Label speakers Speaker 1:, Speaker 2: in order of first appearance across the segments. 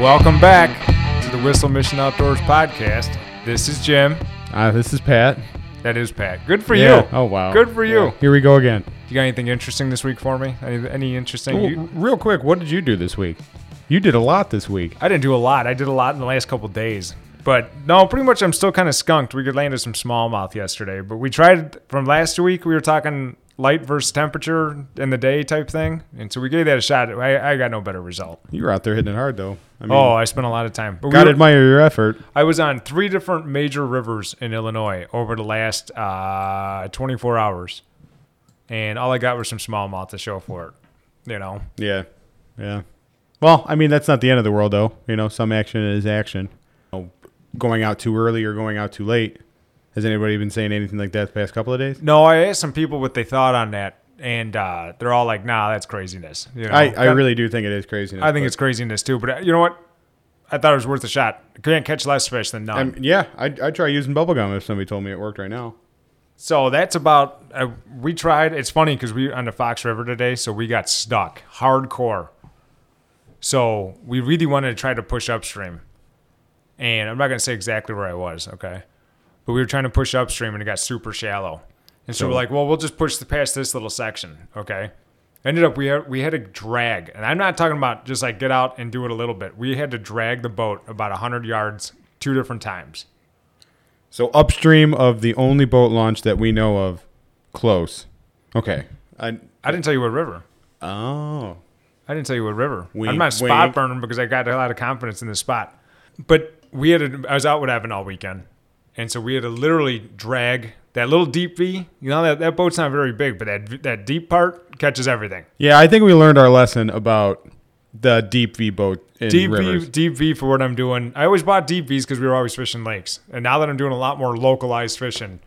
Speaker 1: Welcome back to the Whistle Mission Outdoors podcast. This is Jim.
Speaker 2: Uh, this is Pat.
Speaker 1: That is Pat. Good for
Speaker 2: Yeah.
Speaker 1: you.
Speaker 2: Oh wow.
Speaker 1: Good for you.
Speaker 2: Here we go again.
Speaker 1: You got anything interesting this week for me? Any, any interesting?
Speaker 2: Well,
Speaker 1: you-
Speaker 2: real quick, what did you do this week? You did a lot this week.
Speaker 1: I didn't do a lot. I did a lot in the last couple days. But no, pretty much I'm still kind of skunked. We landed some smallmouth yesterday, but we tried from last week. We were talking light versus temperature in the day type thing, and so we gave that a shot. I, I got no better result.
Speaker 2: You were out there hitting it hard though. I mean,
Speaker 1: Oh, I spent a lot of time. But we
Speaker 2: gotta
Speaker 1: were-
Speaker 2: admire your effort.
Speaker 1: I was on three different major rivers in Illinois over the last uh, 24 hours, and all I got was some smallmouth to show for it. You know,
Speaker 2: Yeah. Yeah. Well, I mean, that's not the end of the world though. You know, some action is action. You know, Going out too early or going out too late. Has anybody been saying anything like that the past couple of days?
Speaker 1: no, I asked some people what they thought on that, and uh, they're all like, "Nah, that's craziness." You know,
Speaker 2: I, I really do think it is craziness.
Speaker 1: I think
Speaker 2: but-
Speaker 1: it's craziness too. But uh, you know what? I thought it was worth a shot. Can't catch less fish than none.
Speaker 2: I'm, yeah, I'd, I'd try using bubble gum if somebody told me it worked right now.
Speaker 1: So that's about. Uh, we tried. It's funny because we were on the Fox River today, so we got stuck hardcore. So we really wanted to try to push upstream, and I'm not gonna say exactly where I was, okay? But we were trying to push upstream, and it got super shallow. And so, we're
Speaker 2: So-
Speaker 1: like, well, we'll just push the, past this little section, okay? Ended up we had, we had to drag, and I'm not talking about just like get out and do it a little bit. We had to drag the boat about hundred yards two different times.
Speaker 2: So upstream of the only boat launch that we know of, close. Okay. I
Speaker 1: I didn't tell you what river.
Speaker 2: oh
Speaker 1: I didn't tell you what river. I'm
Speaker 2: Wink,
Speaker 1: not spot
Speaker 2: wink.
Speaker 1: burning because I got a lot of confidence in this spot. But we had a, I was out with Evan all weekend, and so we had to literally drag that little deep V. You know that, that boat's not very big, but that that deep part catches everything.
Speaker 2: yeah. I think we learned our lesson about the deep V boat in
Speaker 1: Deep
Speaker 2: rivers.
Speaker 1: V, deep V for what I'm doing. I always bought deep V's because we were always fishing lakes, and now that I'm doing a lot more localized fishing.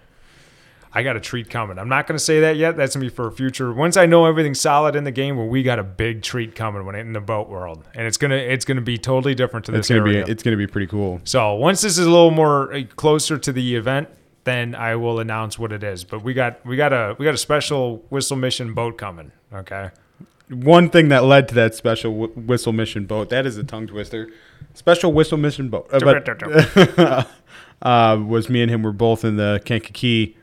Speaker 1: I got a treat coming. I'm not going to say that yet. That's going to be for a future. Once I know everything's solid in the game, well, we got a big treat coming when in the boat world, and it's gonna it's gonna be totally different to this
Speaker 2: It's gonna
Speaker 1: area.
Speaker 2: be it's gonna be pretty cool.
Speaker 1: So once this is a little more uh, closer to the event, then I will announce what it is. But we got we got a we got a special whistle mission boat coming. Okay.
Speaker 2: One thing that led to that special wh- whistle mission boat that is a tongue twister. Special whistle mission boat. Uh, but- uh, was me and him were both in the Kankakee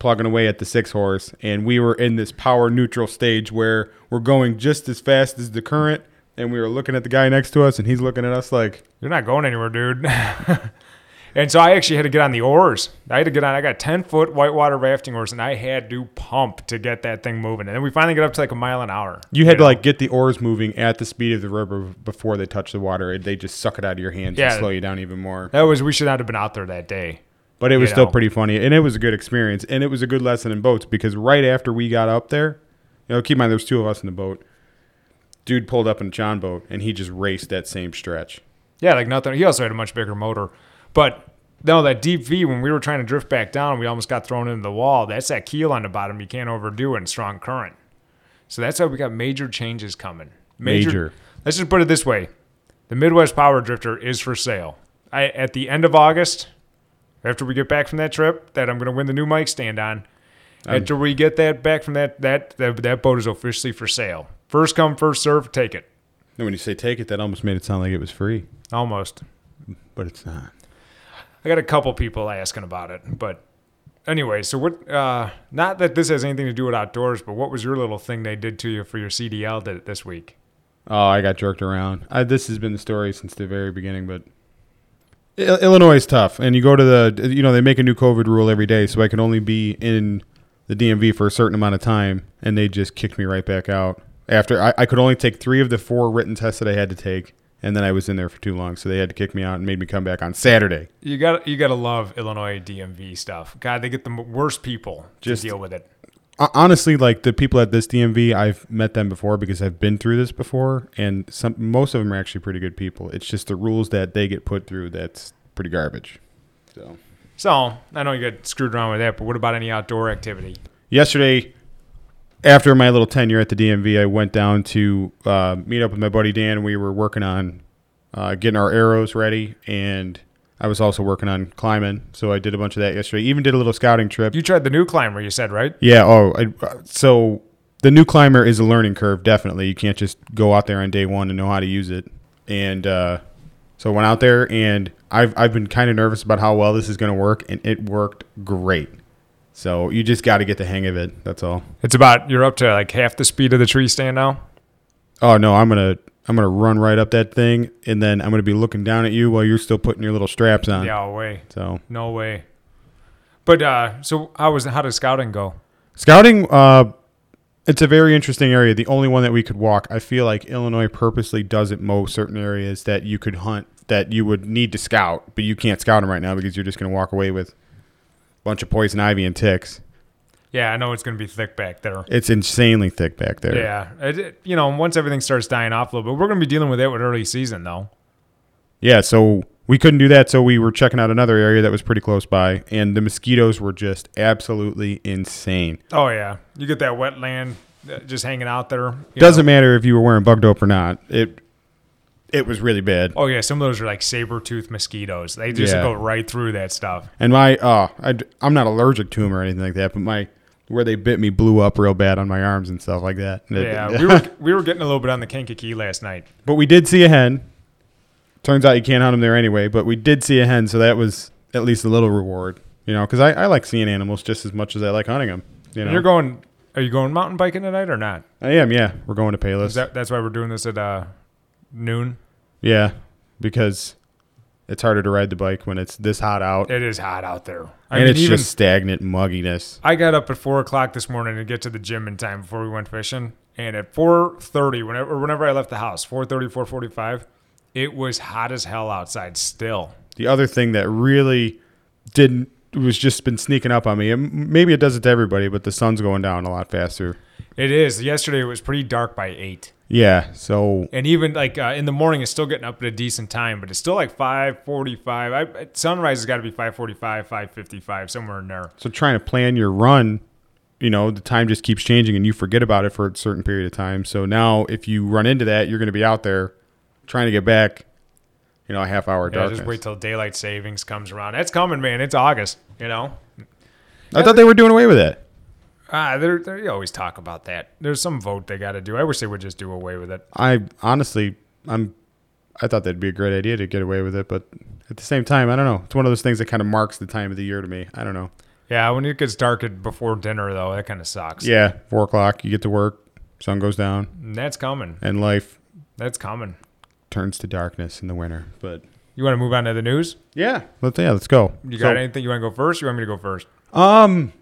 Speaker 2: plugging away at the six horse, and we were in this power neutral stage where we're going just as fast as the current, and we were looking at the guy next to us, and he's looking at us like,
Speaker 1: You're not going anywhere, dude. and so I actually had to get on the oars. I had to get on. I got ten foot whitewater rafting oars, and I had to pump to get that thing moving. And then we finally get up to like a mile an hour.
Speaker 2: you had to
Speaker 1: know?
Speaker 2: like get the oars moving at the speed of the river before they touch the water. and They just suck it out of your hands
Speaker 1: Yeah.
Speaker 2: and slow you down even more.
Speaker 1: that was we should not have been out there that day.
Speaker 2: But it was
Speaker 1: you
Speaker 2: still
Speaker 1: know.
Speaker 2: pretty funny, and it was a good experience, and it was a good lesson in boats because right after we got up there, you know, keep in mind there was two of us in the boat. Dude pulled up in a John boat, and he just raced that same stretch.
Speaker 1: Yeah, like nothing. He also had a much bigger motor, but no, that deep V when we were trying to drift back down, we almost got thrown into the wall. That's that keel on the bottom you can't overdo and strong current. So that's why we got major changes coming.
Speaker 2: Major.
Speaker 1: Let's just put it this way: the Midwest Power Drifter is for sale. I at the end of August, after we get back from that trip, that I'm going to win the new mic stand on. After we get that back from that, that that that boat is officially for sale. First come, first serve. Take it.
Speaker 2: And when you say take it, that almost made it sound like it was free,
Speaker 1: Almost.
Speaker 2: but it's not.
Speaker 1: I got a couple people asking about it, but anyway, so what? Uh, not that this has anything to do with outdoors, but what was your little thing they did to you for your CDL did this week?
Speaker 2: Oh, I got jerked around. I, this has been the story since the very beginning, but I- Illinois is tough. And you go to the, you know, they make a new COVID rule every day, so I can only be in the DMV for a certain amount of time, and they just kicked me right back out. After I, I could only take three of the four written tests that I had to take, and then I was in there for too long, so they had to kick me out and made me come back on Saturday.
Speaker 1: You got you got to love Illinois DMV stuff. God, they get the m- worst people
Speaker 2: Just-
Speaker 1: to deal with it.
Speaker 2: Ho- honestly like the people at this DMV I've met them before because I've been through this before and some most of them are actually pretty good people it's just the rules that they get put through that's pretty garbage so
Speaker 1: So I know you got screwed around with that, but what about any outdoor activity?
Speaker 2: yesterday after my little tenure at the DMV I went down to uh, meet up with my buddy Dan we were working on uh, getting our arrows ready and I was also working on climbing so I did a bunch of that yesterday even did a little scouting trip
Speaker 1: You tried the new climber, you said, right?
Speaker 2: Yeah. Oh, I, uh, so the new climber is a learning curve. Definitely, you can't just go out there on day one and know how to use it. And uh, So I went out there and I've I've been kind of nervous about how well this is going to work, and it worked great. So you just got to get the hang of it. That's all.
Speaker 1: It's about you're up to like half the speed of the tree stand now.
Speaker 2: Oh no, I'm gonna I'm gonna run right up that thing, and then I'm gonna be looking down at you while you're still putting your little straps on.
Speaker 1: Yeah, way,
Speaker 2: So
Speaker 1: no way. But uh, so how was how did scouting go?
Speaker 2: Scouting, uh, it's a very interesting area. The only one that we could walk. I feel like Illinois purposely doesn't mow certain areas that you could hunt that you would need to scout, but you can't scout them right now because you're just going to walk away with a bunch of poison ivy and ticks.
Speaker 1: Yeah, I know it's gonna be thick back there.
Speaker 2: It's insanely thick back there.
Speaker 1: Yeah, it, it- you know, once everything starts dying off a little bit, we're gonna be dealing with that with early season though.
Speaker 2: Yeah, so we couldn't do that, so we were checking out another area that was pretty close by, and the mosquitoes were just absolutely insane.
Speaker 1: Oh yeah, you get that wetland uh, just hanging out there. you
Speaker 2: Doesn't matter if you were wearing bug dope or not. It it was really bad.
Speaker 1: know. Oh yeah, some of those are like saber tooth mosquitoes. They just
Speaker 2: Yeah.
Speaker 1: go right through that stuff.
Speaker 2: And my uh, I, am not allergic to them or anything like that, but my where they bit me blew up real bad on my arms and stuff like that. And it-
Speaker 1: Yeah, we were we were getting a little bit on the Kankakee last night.
Speaker 2: but we did see a hen. Turns out you can't hunt them there anyway, but we did see a hen, so that was at least a little reward, you know, because I, I like seeing animals just as much as I like hunting them. You know,
Speaker 1: You're going. Are you going mountain biking tonight or not?
Speaker 2: I am, yeah. We're going to Payless.
Speaker 1: Is that that's why we're doing this at uh, noon?
Speaker 2: yeah, because it's harder to ride the bike when it's this hot out,
Speaker 1: It is hot out there. I
Speaker 2: and
Speaker 1: mean,
Speaker 2: it's
Speaker 1: even
Speaker 2: just stagnant mugginess.
Speaker 1: I got up at four o'clock this morning to get to the gym in time before we went fishing. And at four thirty, whenever or whenever I left the house, 4.30, 4.45, it was hot as hell outside still.
Speaker 2: The other thing that really didn't was just been sneaking up on me. And maybe it does it to everybody, but the sun's going down a lot faster.
Speaker 1: It is. Yesterday it was pretty dark by eight,
Speaker 2: Yeah, so
Speaker 1: and even like uh, in the morning, it's still getting up at a decent time, but it's still like five forty-five. I, sunrise has got to be five forty-five, five fifty-five, somewhere in there.
Speaker 2: so trying to plan your run, you know, the time just keeps changing and you forget about it for a certain period of time. So now if you run into that, you're going to be out there trying to get back, you know, a half hour
Speaker 1: Yeah,
Speaker 2: darkness.
Speaker 1: just wait till daylight savings comes around. That's coming, man. It's August, you know.
Speaker 2: I thought they were doing away with it.
Speaker 1: Ah, they're, they always talk about that. There's some vote they got to do. I wish they would just do away with it.
Speaker 2: I honestly, I'm, I thought that'd be a great idea to get away with it, but at the same time, I don't know. It's one of those things that kind of marks the time of the year to me. I don't know.
Speaker 1: Yeah, when it gets dark at- before dinner, though, that kind of sucks.
Speaker 2: Yeah, four o'clock. You get to work, sun goes down,
Speaker 1: And that's coming.
Speaker 2: and life
Speaker 1: That's coming.
Speaker 2: turns to darkness in the winter. But
Speaker 1: You want to move on to the news?
Speaker 2: yeah, let's yeah, let's go.
Speaker 1: You got
Speaker 2: So,
Speaker 1: anything you want to go first? You want me to go first?
Speaker 2: Um,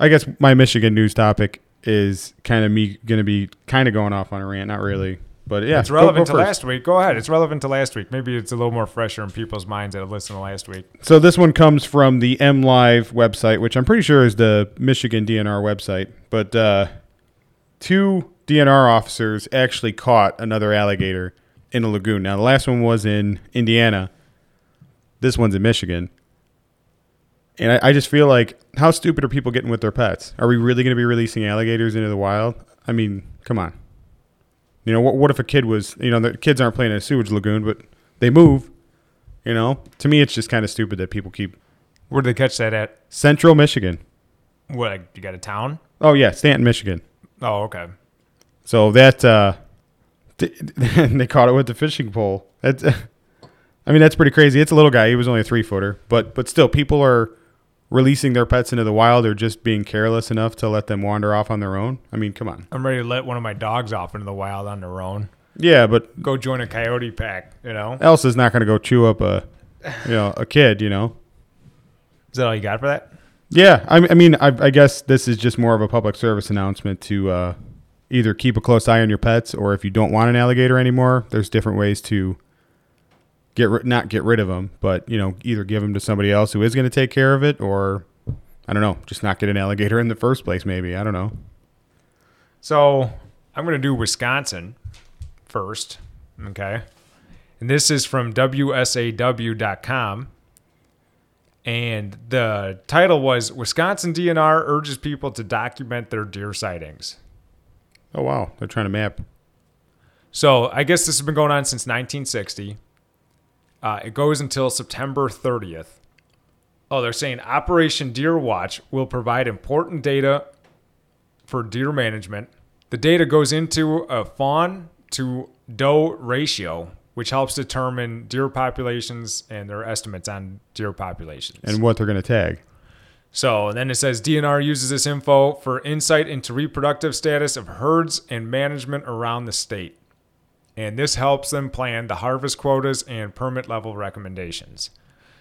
Speaker 2: I guess my Michigan news topic is kind of me going to be kind of going off on a rant. Not really, but yeah,
Speaker 1: It's relevant to
Speaker 2: go- go first.
Speaker 1: last week. Go ahead. It's relevant to last week. Maybe it's a little more fresher in people's minds that have listened to last week.
Speaker 2: So this one comes from the M Live website, which I'm pretty sure is the Michigan DNR website. But uh, two DNR officers actually caught another alligator in a lagoon. Now the last one was in Indiana. This one's in Michigan. And I, I just feel like, how stupid are people getting with their pets? Are we really going to be releasing alligators into the wild? I mean, come on. You know, what, what if a kid was, you know, the kids aren't playing in a sewage lagoon, but they move. You know, to me, it's just kind of stupid that people keep
Speaker 1: Where did they catch that at?
Speaker 2: Central Michigan.
Speaker 1: What, like, you got a town?
Speaker 2: Oh yeah, Stanton, Michigan.
Speaker 1: Oh, okay.
Speaker 2: So that uh, th- they caught it with the fishing pole. That's, I mean, that's pretty crazy. It's a little guy. He was only a three footer, but but still, people are releasing their pets into the wild or just being careless enough to let them wander off on their own. I mean, come on.
Speaker 1: I'm ready to let one of my dogs off into the wild on their own.
Speaker 2: Yeah, but
Speaker 1: Go join a coyote pack, you know?
Speaker 2: Elsa's not going to go chew up a you know a kid. You know.
Speaker 1: Is that all you got for that?
Speaker 2: Yeah, I, I mean, I, I guess this is just more of a public service announcement to uh, either keep a close eye on your pets, or if you don't want an alligator anymore, there's different ways to get ri- not get rid of them, but you know, either give them to somebody else who is going to take care of it, or I don't know, just not get an alligator in the first place. Maybe I don't know.
Speaker 1: So I'm going to do Wisconsin first. Okay. And this is from WSAW.com. And the title was Wisconsin DNR urges people to document their deer sightings.
Speaker 2: Oh wow, they're trying to map.
Speaker 1: So I guess this has been going on since 1960. Uh, it goes until September 30th. Oh, they're saying Operation Deer Watch will provide important data for deer management. The data goes into a fawn to doe ratio, which helps determine deer populations and their estimates on deer populations.
Speaker 2: and what they're going to tag.
Speaker 1: So then it says DNR uses this info for insight into reproductive status of herds and management around the state. And this helps them plan the harvest quotas and permit level recommendations.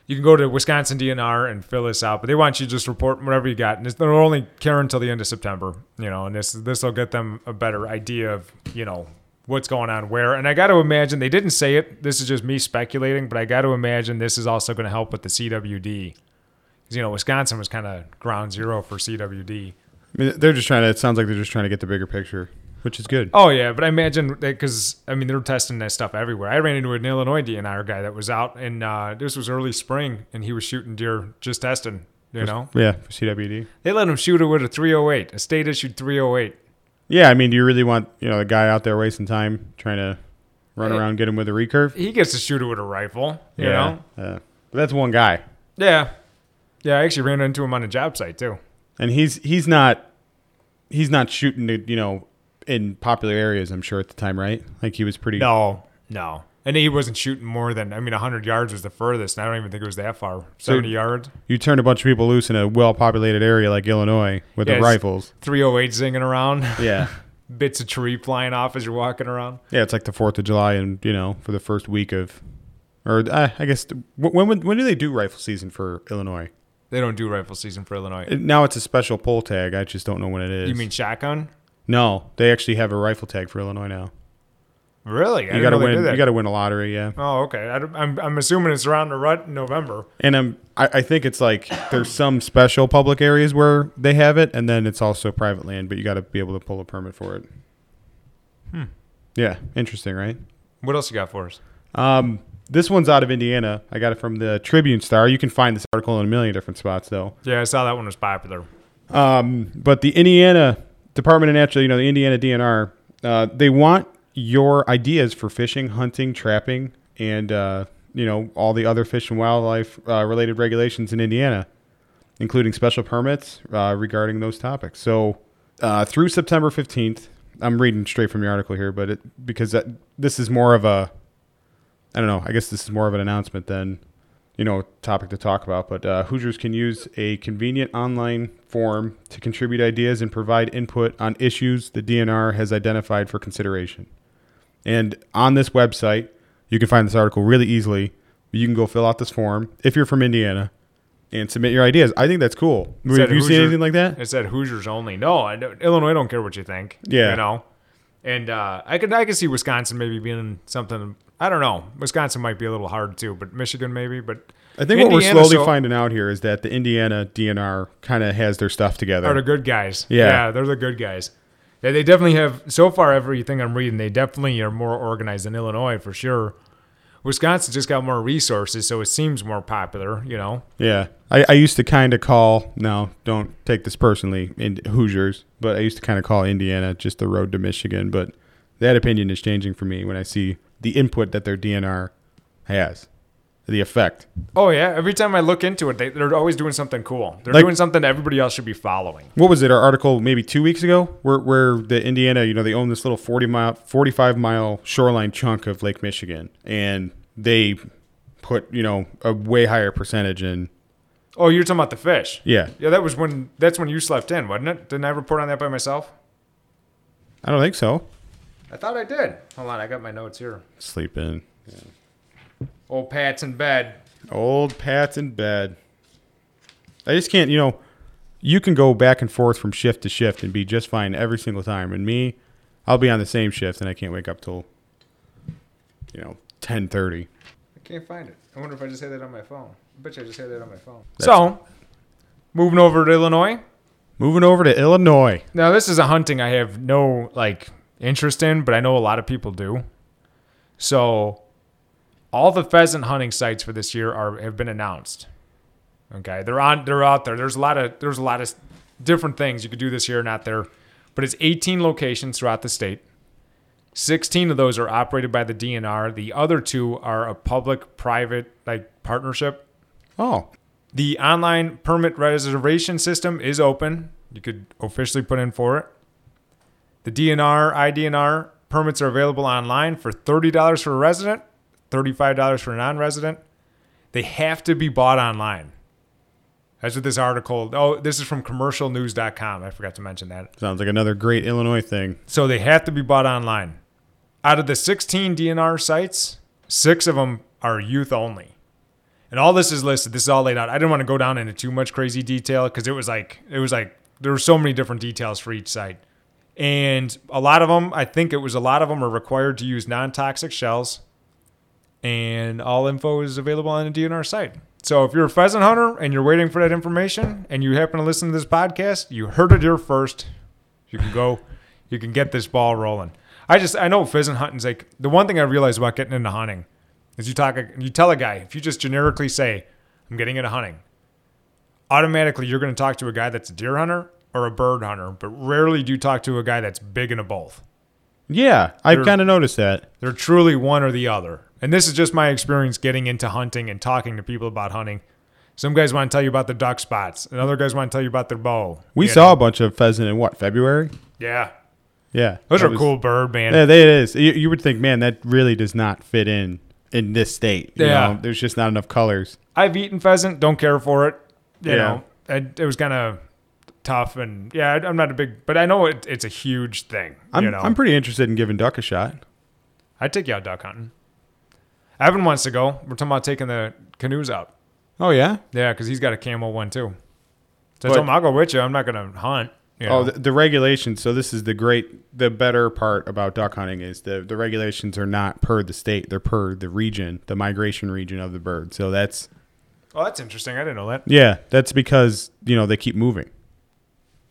Speaker 1: You can go to Wisconsin DNR and fill this out, but they want you to just report whatever you got. And it's- they're only caring until the end of September, you know, and this this will get them a better idea of, you know, what's going on where. And I got to imagine they didn't say it. This is just me speculating, but I got to imagine this is also going to help with the CWD. 'Cause, you know Wisconsin was kind of ground zero for CWD.
Speaker 2: I mean, they're just trying to. It sounds like they're just trying to get the bigger picture, which is good.
Speaker 1: Oh yeah, but I imagine because I mean they're testing that stuff everywhere. I ran into an Illinois DNR guy that was out, and uh, this was early spring, and he was shooting deer just testing. You know,
Speaker 2: Yeah, for CWD.
Speaker 1: they let him shoot it with a 308, a oh state issued 308.
Speaker 2: Yeah, I mean, do you really want you know the guy out there wasting time trying to run
Speaker 1: Eh.
Speaker 2: around get him with a recurve?
Speaker 1: He gets to shoot it with a rifle. You
Speaker 2: yeah,
Speaker 1: know,
Speaker 2: uh, but that's one guy,
Speaker 1: yeah, yeah. I actually ran into him on a job site too.
Speaker 2: and he's he's not he's not shooting it, you know in popular areas. I'm sure at the time, right? Like he was pretty.
Speaker 1: No, no. And he wasn't shooting more than I mean, 100 yards was the furthest, and I don't even think it was that far. 70 yards.
Speaker 2: You turn a bunch of people loose in a well-populated area like Illinois with
Speaker 1: Yes.
Speaker 2: the rifles.
Speaker 1: 308 zinging around.
Speaker 2: Yeah,
Speaker 1: bits of tree flying off as you're walking around.
Speaker 2: yeah. It's like the Fourth of July, and you know for the first week of, or uh, I guess when, when when do they do rifle season for Illinois?
Speaker 1: They don't do rifle season for Illinois.
Speaker 2: Now it's a special poll tag. I just don't know when it is.
Speaker 1: you mean shotgun?
Speaker 2: No, they actually have a rifle tag for Illinois now.
Speaker 1: Really? I didn't
Speaker 2: You got to
Speaker 1: know they did
Speaker 2: win.
Speaker 1: that.
Speaker 2: You got to win a lottery, yeah.
Speaker 1: Oh, okay. I don't- I'm, I'm assuming it's around the rut in November.
Speaker 2: And I'm, I, I think it's like there's some special public areas where they have it, and then it's also private land, but you got to be able to pull a permit for it. Hmm.
Speaker 1: Hmm.
Speaker 2: Yeah, interesting, right?
Speaker 1: What else you got for us?
Speaker 2: Um, this one's out of Indiana. I got it from the Tribune Star. You can find this article in a million different spots, though.
Speaker 1: Yeah, I saw that one was popular.
Speaker 2: Um, but the Indiana Department of Natural, you know, the Indiana DNR, uh, they want your ideas for fishing, hunting, trapping, and uh, you know all the other fish and wildlife uh, related regulations in Indiana, including special permits uh, regarding those topics. So uh, through September fifteenth, I'm reading straight from your article here, but it, because that, this is more of a, I don't know, I guess this is more of an announcement than you know, topic to talk about, but uh, Hoosiers can use a convenient online form to contribute ideas and provide input on issues the DNR has identified for consideration. And on this website, you can find this article really easily. You can go fill out this form if you're from Indiana and submit your ideas. I think that's cool.
Speaker 1: Is that
Speaker 2: Have you seen
Speaker 1: Hoosier-
Speaker 2: anything like that?
Speaker 1: It said Hoosiers only. No, I don't, Illinois don't care what you think.
Speaker 2: Yeah.
Speaker 1: You know? And uh, I could I could see Wisconsin maybe being something. I don't know. Wisconsin might be a little hard too, but Michigan maybe. But
Speaker 2: I think what
Speaker 1: Indiana,
Speaker 2: we're slowly
Speaker 1: so-
Speaker 2: finding out here is that the Indiana DNR kind of has their stuff
Speaker 1: are the
Speaker 2: together.
Speaker 1: good guys.
Speaker 2: Yeah.
Speaker 1: they're the good guys. Yeah, they definitely have. So far, everything I'm reading, they definitely are more organized than Illinois for sure. Wisconsin just got more resources, so it seems more popular. You know,
Speaker 2: Yeah. I, I used to kind of call, no, don't take this personally, in Hoosiers, but I used to kind of call Indiana just the road to Michigan. But that opinion is changing for me when I see the input that their DNR has, the effect.
Speaker 1: oh yeah. Every time I look into it, they, they're always doing something cool. They're
Speaker 2: Like-
Speaker 1: doing something that everybody else should be following.
Speaker 2: What was it? Our article maybe two weeks ago where, where the Indiana, you know, they own this little 40 mile, 45 mile shoreline chunk of Lake Michigan. And they put, you know, a way higher percentage in.
Speaker 1: Oh, you're talking about the fish.
Speaker 2: Yeah.
Speaker 1: Yeah, that was when. That's when you slept in, wasn't it? Didn't I report on that by myself?
Speaker 2: I don't think so.
Speaker 1: I thought I did. Hold on, I got my notes here.
Speaker 2: Sleep in.
Speaker 1: Old Pat's in bed.
Speaker 2: Old Pat's in bed. I just can't, you know, you can go back and forth from shift to shift and be just fine every single time. And me, I'll be on the same shift and I can't wake up till you know, 10:30.
Speaker 1: I can't find it. I wonder if I just had that on my phone. I bet you I just had that on my phone.
Speaker 2: That's-
Speaker 1: so, moving over to Illinois.
Speaker 2: Moving over to Illinois.
Speaker 1: Now, this is a hunting I have no like interest in, but I know a lot of people do. So, all the pheasant hunting sites for this year are have been announced. Okay, they're on. They're out there. There's a lot of there's a lot of different things you could do this year, not there, but it's 18 locations throughout the state. 16 of those are operated by the DNR. The other two are a public-private like partnership.
Speaker 2: Oh,
Speaker 1: The online permit reservation system is open. You could officially put in for it. The DNR, IDNR permits are available online for $30 for a resident $35 for a non-resident. They have to be bought online. That's what this article. Oh, this is from commercialnews.com. I forgot to mention that.
Speaker 2: Sounds like another great Illinois thing.
Speaker 1: So they have to be bought online. Out of the 16 DNR sites, six of them are youth only. And all this is listed. This is all laid out. I didn't want to go down into too much crazy detail because it was like it was like there were so many different details for each site. And a lot of them, I think it was a lot of them are required to use non-toxic shells. And all info is available on the DNR site. So if you're a pheasant hunter and you're waiting for that information and you happen to listen to this podcast, you heard it here first. You can go, you can get this ball rolling. I just I know pheasant hunting's like the one thing I realized about getting into hunting is you talk you tell a guy if you just generically say I'm getting into hunting, automatically you're going to talk to a guy that's a deer hunter or a bird hunter, but rarely do you talk to a guy that's big into both.
Speaker 2: Yeah, I
Speaker 1: They're-
Speaker 2: kind of noticed that.
Speaker 1: They're truly one or the other. And this is just my experience getting into hunting and talking to people about hunting. Some guys want to tell you about the duck spots, and other guys want to tell you about their bow.
Speaker 2: We
Speaker 1: you
Speaker 2: saw
Speaker 1: know?
Speaker 2: a bunch of pheasant in what February?
Speaker 1: Yeah.
Speaker 2: Yeah,
Speaker 1: Those
Speaker 2: that
Speaker 1: are
Speaker 2: was-
Speaker 1: cool bird, man.
Speaker 2: Yeah, they, it is. You, you would think, man, that really does not fit in in this state. You
Speaker 1: Yeah.
Speaker 2: know, there's just not enough colors.
Speaker 1: I've eaten pheasant, don't care for it. You
Speaker 2: Yeah.
Speaker 1: know, it, it was kind of tough. And yeah, I- I'm not a big, but I know it, it's a huge thing.
Speaker 2: I'm
Speaker 1: you know,
Speaker 2: I'm pretty interested in giving duck a shot.
Speaker 1: I'd take you out duck hunting. Evan wants to go. We're talking about taking the canoes out.
Speaker 2: Oh yeah.
Speaker 1: Yeah, because he's got a camel one too. So I
Speaker 2: But-
Speaker 1: told him, I'll go with you. I'm not going to hunt. You know?
Speaker 2: Oh, the, the regulations. So this is the great, the better part about duck hunting is the the regulations are not per the state; they're per the region, the migration region of the bird. So that's
Speaker 1: Oh, that's interesting. I didn't know that.
Speaker 2: yeah, that's because you know they keep moving.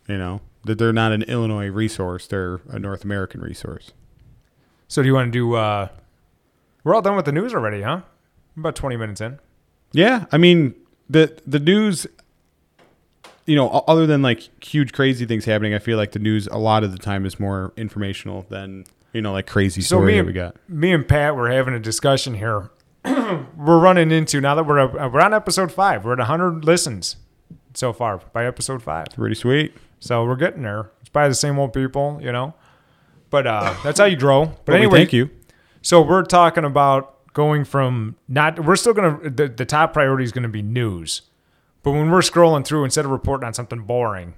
Speaker 2: You know that they're not an Illinois resource; they're a North American resource.
Speaker 1: So do you want to do? uh We're all done with the news already, huh? About twenty minutes in.
Speaker 2: Yeah, I mean the the news. You know, o- other than like huge crazy things happening, I feel like the news a lot of the time is more informational than you know like crazy
Speaker 1: So
Speaker 2: story
Speaker 1: me
Speaker 2: that
Speaker 1: and
Speaker 2: we got.
Speaker 1: me and Pat were having a discussion here. we're running into now that we're we're on episode five. We're at hundred listens so far by episode five.
Speaker 2: Pretty sweet.
Speaker 1: So we're getting there. It's by the same old people, you know. But uh that's how you grow. But,
Speaker 2: But
Speaker 1: anyway,
Speaker 2: anyway, thank you.
Speaker 1: So we're talking about going from not. We're still gonna. The, the top priority is gonna be news, but when we're scrolling through, instead of reporting on something boring,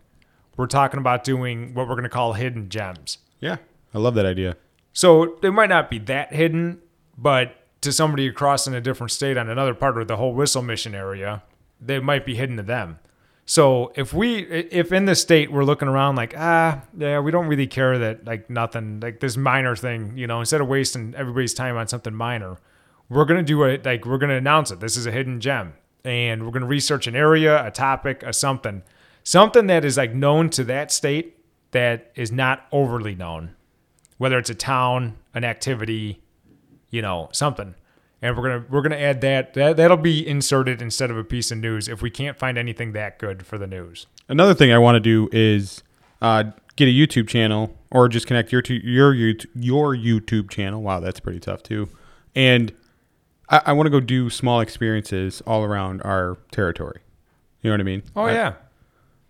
Speaker 1: we're talking about doing what we're gonna call hidden gems.
Speaker 2: Yeah, I love that idea.
Speaker 1: So it might not be that hidden, but to somebody across in a different state on another part of the whole whistle mission area, they might be hidden to them. So if we, if in the state we're looking around like, ah, yeah, we don't really care that like nothing, like this minor thing, you know, instead of wasting everybody's time on something minor, we're gonna do it. Like we're gonna announce it. This is a hidden gem, and we're gonna research an area, a topic, a something, something that is like known to that state that is not overly known whether it's a town, an activity, you know, something. And we're gonna we're gonna add that that that'll be inserted instead of a piece of news if we can't find anything that good for the news.
Speaker 2: Another thing I want to do is uh, get a YouTube channel or just connect your to your YouTube, your YouTube channel. Wow, that's pretty tough too. And I, I want to go do small experiences all around our territory. You know what I mean?
Speaker 1: Oh
Speaker 2: I-
Speaker 1: yeah,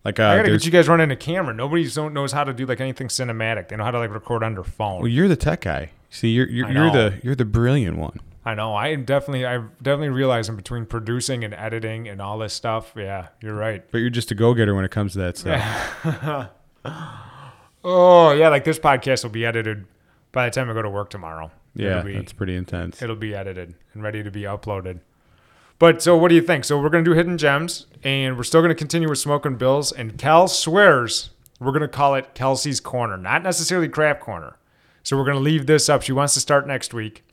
Speaker 2: Like uh,
Speaker 1: I gotta
Speaker 2: there's-
Speaker 1: get you guys running a camera. Nobody so- knows how to do like anything cinematic. They know how to like record on their phone.
Speaker 2: Well, you're the tech guy. See, you're you're,
Speaker 1: I
Speaker 2: you're
Speaker 1: know.
Speaker 2: the you're the brilliant one.
Speaker 1: I know. I definitely I definitely realize in between producing and editing and all this stuff. Yeah, you're right.
Speaker 2: But you're just a go getter when it comes to that stuff.
Speaker 1: Oh yeah, like this podcast will be edited by the time I go to work tomorrow.
Speaker 2: Yeah,
Speaker 1: It'll be-
Speaker 2: that's pretty intense.
Speaker 1: It'll be edited and ready to be uploaded. But so what do you think? So we're gonna do hidden gems and we're still gonna continue with smoking bills and Cal swears we're gonna call it Kelsey's Corner, not necessarily Crab Corner. So we're gonna leave this up. She wants to start next week,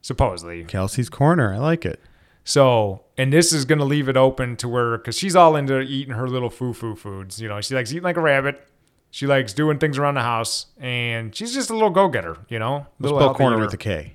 Speaker 1: supposedly.
Speaker 2: Kelsey's corner, I like it.
Speaker 1: So and this is gonna leave it open to where because she's all into eating her little foo foo foods. You know, she likes eating like a rabbit. She likes doing things around the house, and she's just a little go getter. You know,
Speaker 2: Let's
Speaker 1: Little
Speaker 2: spell
Speaker 1: healthy
Speaker 2: corner
Speaker 1: eater.
Speaker 2: with a K.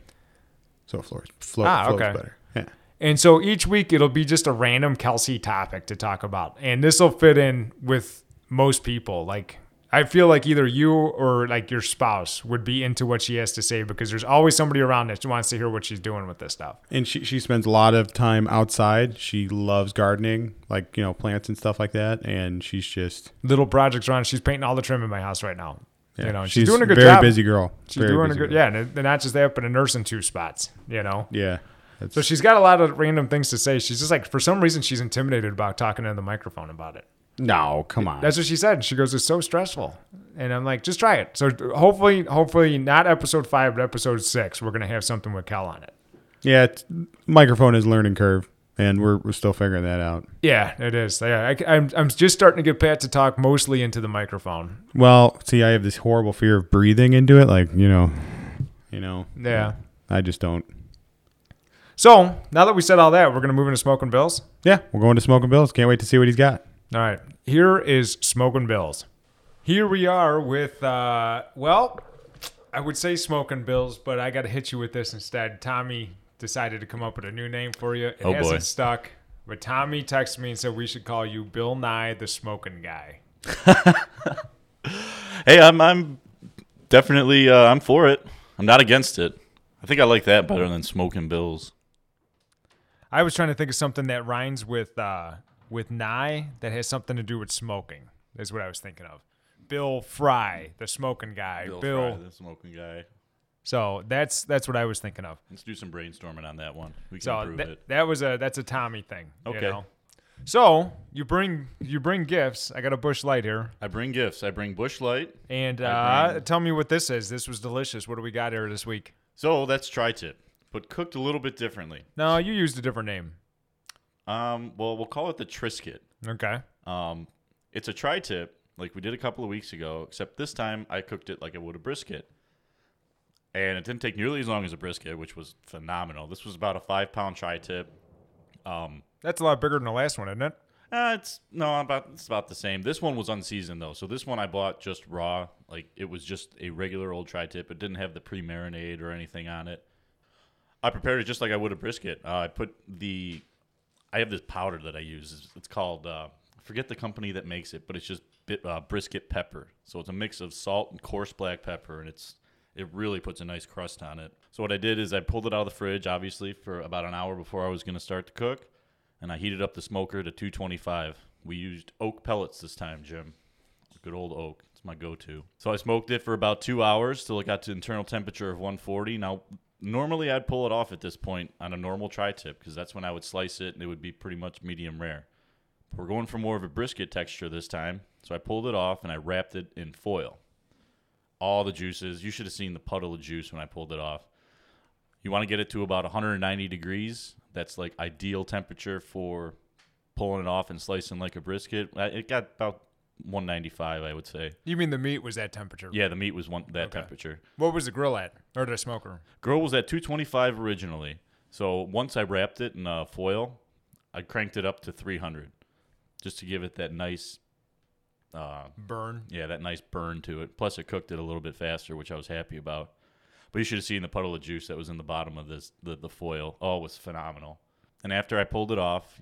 Speaker 2: So it flows, flow,
Speaker 1: Ah,
Speaker 2: flows
Speaker 1: okay.
Speaker 2: better. Yeah.
Speaker 1: And so each week it'll be just a random Kelsey topic to talk about. And this will fit in with most people. Like, I feel like either you or like your spouse would be into what she has to say because there's always somebody around that wants to hear what she's doing with this stuff.
Speaker 2: And she, she spends a lot of time outside. She loves gardening, like, you know, plants and stuff like that. And she's just,
Speaker 1: Little projects around. She's painting all the trim in my house right now.
Speaker 2: yeah,
Speaker 1: you know, and
Speaker 2: she's,
Speaker 1: she's, doing a good
Speaker 2: very
Speaker 1: job.
Speaker 2: busy girl.
Speaker 1: She's
Speaker 2: Very
Speaker 1: doing a
Speaker 2: busy
Speaker 1: good,
Speaker 2: girl.
Speaker 1: yeah. And not just that, but a nurse in two spots, you know?
Speaker 2: Yeah. That's-
Speaker 1: So she's got a lot of random things to say. She's just like, for some reason, she's intimidated about talking to the microphone about it.
Speaker 2: no, come on.
Speaker 1: That's what she said. She goes, "It's so stressful," and I'm like, "Just try it." So hopefully, hopefully not episode five, but episode six, we're gonna have something with Cal on it.
Speaker 2: yeah, it's, microphone is learning curve, and we're we're still figuring that out.
Speaker 1: Yeah, it is. Yeah, I, am I'm just starting to get Pat to talk mostly into the microphone.
Speaker 2: Well, see, I have this horrible fear of breathing into it. Like you know, you know.
Speaker 1: Yeah.
Speaker 2: I just don't.
Speaker 1: So now that we said all that, we're gonna move into smoking bills.
Speaker 2: Yeah, we're going to Smoking Bills. Can't wait to see what he's got.
Speaker 1: All right, here is smoking bills. Here we are with uh, well, I would say smoking bills, but I got to hit you with this instead. Tommy decided to come up with a new name for you. It
Speaker 3: Oh, boy.
Speaker 1: hasn't stuck. But Tommy texted me and said we should call you Bill Nye the Smoking Guy.
Speaker 3: Hey, I'm I'm definitely uh, I'm for it. I'm not against it. I think I like that better than smoking bills.
Speaker 1: I was trying to think of something that rhymes with uh, with Nye that has something to do with smoking. Is what I was thinking of. Bill Fry, the smoking guy. Bill.
Speaker 3: Fry, the smoking guy.
Speaker 1: So that's that's what I was thinking of.
Speaker 3: Let's do some brainstorming on that one. We can
Speaker 1: So
Speaker 3: improve
Speaker 1: that,
Speaker 3: it.
Speaker 1: that was a that's a Tommy thing. you
Speaker 3: Okay.
Speaker 1: know? So you bring you bring gifts. I got a bush light here,
Speaker 3: I bring gifts. I bring bush light.
Speaker 1: and
Speaker 3: I
Speaker 1: uh, tell me what this is. This was delicious. What do we got here this week?
Speaker 3: So that's tri-tip, but cooked a little bit differently.
Speaker 1: No, you used a different name.
Speaker 3: Um, well, we'll call it the Trisket.
Speaker 1: Okay.
Speaker 3: Um, it's a tri tip, like we did a couple of weeks ago, except this time I cooked it like I would a brisket. And it didn't take nearly as long as a brisket, which was phenomenal. This was about a five pound tri tip. Um,
Speaker 1: That's a lot bigger than the last one, isn't it?
Speaker 3: uh, it's no, about it's about the same. This one was unseasoned though, so this one I bought just raw. Like it was just a regular old tri-tip. It didn't have the pre-marinade or anything on it. I prepared it just like I would a brisket. Uh, I put the, I have this powder that I use. It's, it's called uh, I forget the company that makes it, but it's just bit, uh, brisket pepper. So it's a mix of salt and coarse black pepper, and it's it really puts a nice crust on it. So what I did is I pulled it out of the fridge, obviously, for about an hour before I was going to start to cook and I heated up the smoker to 225. We used oak pellets this time, Jim. Good old oak. It's my go-to. So I smoked it for about two hours till it got to internal temperature of 140. Now, normally I'd pull it off at this point on a normal tri-tip because that's when I would slice it and it would be pretty much medium rare. We're going for more of a brisket texture this time, so I pulled it off and I wrapped it in foil. All the juices. You should have seen the puddle of juice when I pulled it off. You want to get it to about 190 degrees. That's like ideal temperature for pulling it off and slicing like a brisket. Uh, It got about 195, I would say.
Speaker 1: You mean the meat was that temperature?
Speaker 3: Yeah, the meat was one that
Speaker 1: Okay.
Speaker 3: temperature.
Speaker 1: What was the grill at, or the smoker?
Speaker 3: Grill was at 225 originally. So once I wrapped it in uh, foil, I cranked it up to 300 just to give it that nice, uh,
Speaker 1: Burn.
Speaker 3: yeah, that nice burn to it. Plus, it cooked it a little bit faster, which I was happy about. But you should have seen the puddle of juice that was in the bottom of this the, the foil. Oh, it was phenomenal. And after I pulled it off,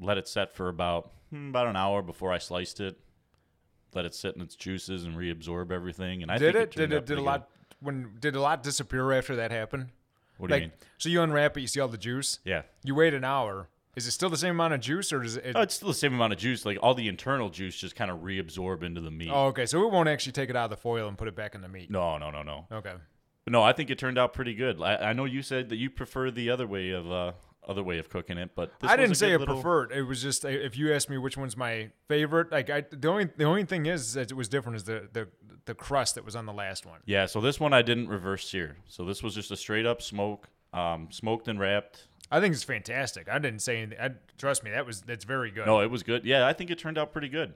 Speaker 3: let it set for about hmm, about an hour before I sliced it. Let it sit in its juices and reabsorb everything. And I
Speaker 1: did
Speaker 3: think it,
Speaker 1: it? Did
Speaker 3: turned
Speaker 1: it?
Speaker 3: out
Speaker 1: Did a
Speaker 3: pretty good.
Speaker 1: lot? When did a lot disappear after that happened?
Speaker 3: What do
Speaker 1: like,
Speaker 3: you mean?
Speaker 1: so you unwrap it, you see all the juice.
Speaker 3: Yeah.
Speaker 1: You wait an hour. Is it still the same amount of juice, or is it?
Speaker 3: Oh, it's still the same amount of juice. Like all the internal juice just kind of reabsorb into the meat.
Speaker 1: oh, okay. So it won't actually take it out of the foil and put it back in the meat.
Speaker 3: No, no, no, no.
Speaker 1: Okay.
Speaker 3: But no, I think it turned out pretty good. I, I know you said that you prefer the other way of uh, other way of cooking it, but this
Speaker 1: I
Speaker 3: was a
Speaker 1: didn't say
Speaker 3: good
Speaker 1: I
Speaker 3: little-
Speaker 1: preferred. It was just uh, if you asked me which one's my favorite, like I the only the only thing is that it was different is the the the crust that was on the last one.
Speaker 3: Yeah, so this one I didn't reverse sear. So this was just a straight up smoke, um, smoked and wrapped.
Speaker 1: I think it's fantastic. I didn't say anything. I, trust me, that was that's very good.
Speaker 3: No, it was good. Yeah, I think it turned out pretty good.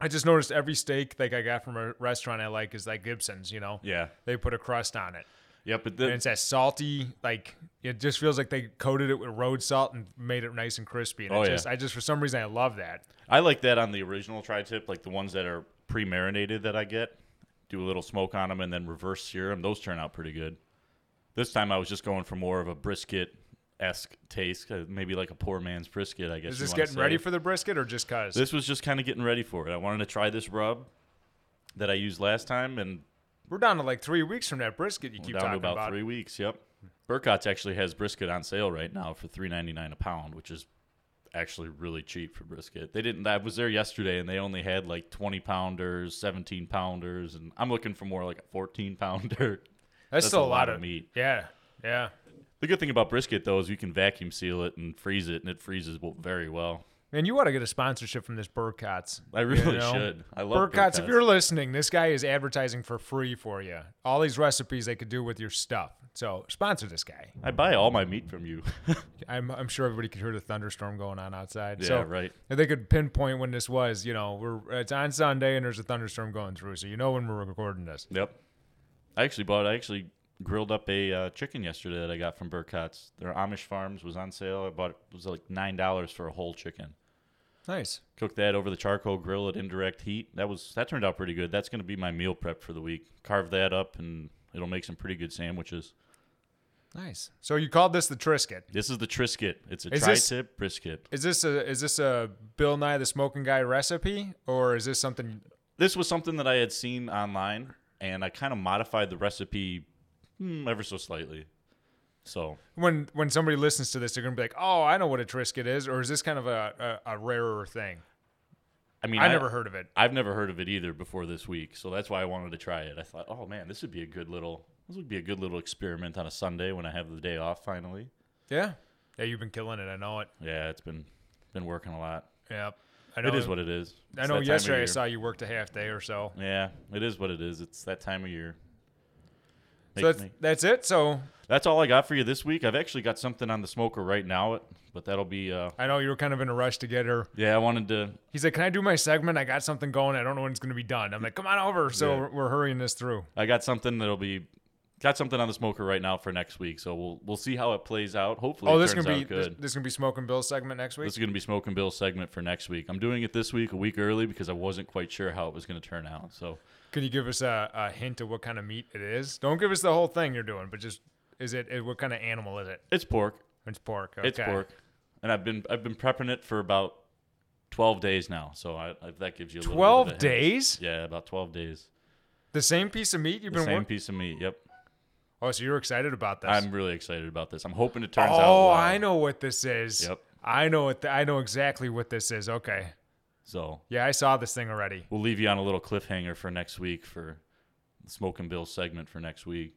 Speaker 1: I just noticed every steak like I got from a restaurant I like is like Gibson's. You know,
Speaker 3: Yeah.
Speaker 1: they put a crust on it.
Speaker 3: Yeah, but
Speaker 1: And
Speaker 3: the,
Speaker 1: it's that salty, like it just feels like they coated it with road salt and made it nice and crispy. And
Speaker 3: Oh,
Speaker 1: it
Speaker 3: yeah.
Speaker 1: just, I just for some reason I love that.
Speaker 3: I like that on the original tri-tip, like the ones that are pre-marinated that I get. Do a little smoke on them and then reverse sear them. Those turn out pretty good. This time I was just going for more of a brisket esque taste, uh, maybe like a poor man's brisket. I guess.
Speaker 1: Is
Speaker 3: you
Speaker 1: this
Speaker 3: wanna
Speaker 1: getting ready
Speaker 3: say.
Speaker 1: for the brisket or just cause?
Speaker 3: This was just kind of getting ready for it. I wanted to try this rub that I used last time, and
Speaker 1: We're down to like three weeks from that brisket you keep
Speaker 3: down
Speaker 1: talking
Speaker 3: to about,
Speaker 1: about.
Speaker 3: three weeks. Yep. Burkott's actually has brisket on sale right now for three ninety nine a pound, which is actually really cheap for brisket. They didn't. I was there yesterday, and they only had like twenty pounders, seventeen pounders, and I'm looking for more like a fourteen pounder.
Speaker 1: That's,
Speaker 3: That's
Speaker 1: still a
Speaker 3: a
Speaker 1: lot,
Speaker 3: lot of
Speaker 1: of
Speaker 3: meat.
Speaker 1: Yeah, yeah.
Speaker 3: The good thing about brisket though is you can vacuum seal it and freeze it, and it freezes w- very well.
Speaker 1: Man, you ought to get a sponsorship from this Burkotts.
Speaker 3: I really
Speaker 1: You know?
Speaker 3: should. I love
Speaker 1: Burkotts, if
Speaker 3: Burkotts.
Speaker 1: you're listening, this guy is advertising for free for you. All these recipes they could do with your stuff. So sponsor this guy.
Speaker 3: I buy all my meat from you.
Speaker 1: I'm, I'm sure everybody could hear the thunderstorm going on outside.
Speaker 3: Yeah,
Speaker 1: so
Speaker 3: right.
Speaker 1: If they could pinpoint when this was, you know, we're it's on Sunday and there's a thunderstorm going through, so you know when we're recording this.
Speaker 3: yep. I actually bought. I actually grilled up a uh, chicken yesterday that I got from Burkotts. Their Amish Farms was on sale. I bought it, it was like nine dollars for a whole chicken.
Speaker 1: Nice.
Speaker 3: Cook that over the charcoal grill at indirect heat. That was that turned out pretty good. That's going to be my meal prep for the week. Carve that up and it'll make some pretty good sandwiches.
Speaker 1: Nice. So you called this the Trisket.
Speaker 3: This is the Trisket. It's a
Speaker 1: Is this-
Speaker 3: tri-tip brisket.
Speaker 1: Is this a is this a Bill Nye the Smoking Guy recipe or is this something
Speaker 3: This was something that I had seen online and I kind of modified the recipe hmm, ever so slightly. So
Speaker 1: when when somebody listens to this they're going to be like, "Oh, I know what a Trisket is," or is this kind of a a, a rarer thing?
Speaker 3: I mean,
Speaker 1: I never heard of it.
Speaker 3: I've never heard of it either before this week, so that's why I wanted to try it. I thought, oh man, this would be a good little this would be a good little experiment on a Sunday when I have the day off finally.
Speaker 1: Yeah. Yeah, you've been killing it. I know it.
Speaker 3: Yeah, it's been been working a lot.
Speaker 1: Yep. I know
Speaker 3: It is what it is.
Speaker 1: I
Speaker 3: It's that
Speaker 1: know
Speaker 3: time of
Speaker 1: yesterday I
Speaker 3: year.
Speaker 1: saw you worked a half day or so.
Speaker 3: Yeah, it is what it is. It's that time of year. Make-
Speaker 1: so that's,
Speaker 3: make-
Speaker 1: that's it. So
Speaker 3: that's all I got for you this week. I've actually got something on the smoker right now, but that'll be. Uh,
Speaker 1: I know you were kind of in a rush to get her.
Speaker 3: yeah, I wanted to.
Speaker 1: He's like, "Can I do my segment? I got something going. I don't know when it's going to be done." I'm like, "Come on over." So
Speaker 3: Yeah.
Speaker 1: we're- we're hurrying this through.
Speaker 3: I got something that'll be. Got something on the smoker right now for next week, so we'll we'll see how it plays out. Hopefully,
Speaker 1: oh,
Speaker 3: it
Speaker 1: this is
Speaker 3: turns
Speaker 1: gonna be
Speaker 3: out good.
Speaker 1: this, this is gonna be smoke and bill segment next week.
Speaker 3: This is going to be Smoke and Bill segment for next week. I'm doing it this week, a week early, because I wasn't quite sure how it was going to turn out. So
Speaker 1: Could you give us a, a hint of what kind of meat it is? Don't give us the whole thing you're doing, but just is it, it- what kind of animal is it?
Speaker 3: it's pork.
Speaker 1: It's pork. Okay.
Speaker 3: It's pork, and I've been I've been prepping it for about twelve days now. So I, I, that gives you a little bit of a
Speaker 1: Twelve
Speaker 3: hint.
Speaker 1: days.
Speaker 3: Yeah, about twelve days.
Speaker 1: The same piece of meat you've
Speaker 3: The
Speaker 1: been
Speaker 3: same
Speaker 1: working.
Speaker 3: piece of meat. Yep.
Speaker 1: oh, so you're excited about this?
Speaker 3: I'm really excited about this. I'm hoping it turns out.
Speaker 1: oh,
Speaker 3: well.
Speaker 1: I know what this is.
Speaker 3: Yep.
Speaker 1: I know what th- I know exactly what this is. Okay.
Speaker 3: So
Speaker 1: Yeah, I saw this thing already.
Speaker 3: we'll leave you on a little cliffhanger for next week for the Smoke and Bill segment for next week.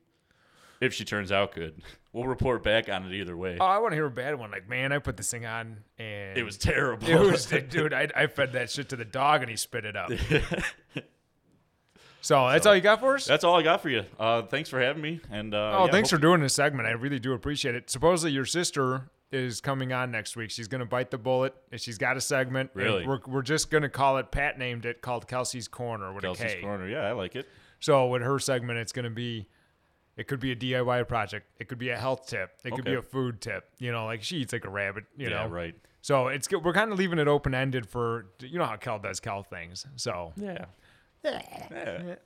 Speaker 3: If she turns out good, we'll report back on it either way.
Speaker 1: Oh, I want to hear a bad one. Like, man, I put this thing on and
Speaker 3: it was terrible.
Speaker 1: It was dude. I, I fed that shit to the dog and he spit it up. so that's all you got for us.
Speaker 3: That's all I got for you. Uh, thanks for having me. And uh,
Speaker 1: Oh,
Speaker 3: yeah,
Speaker 1: thanks
Speaker 3: hope-
Speaker 1: for doing this segment. I really do appreciate it. Supposedly, your sister is coming on next week. She's going to bite the bullet, and she's got a segment. and
Speaker 3: Really?
Speaker 1: we're, we're just going to call it. Pat named it called Kelsey's Corner with a
Speaker 3: Kelsey's
Speaker 1: K.
Speaker 3: corner. Yeah, I like it.
Speaker 1: So with her segment, it's going to be. It could be a DIY project. It could be a health tip. It could be
Speaker 3: Okay.
Speaker 1: a food tip. You know, like she eats like a rabbit. You
Speaker 3: yeah,
Speaker 1: know,
Speaker 3: right.
Speaker 1: So it's good. we're kind of leaving it open ended for you know how Kel does Kel things. So
Speaker 3: Yeah.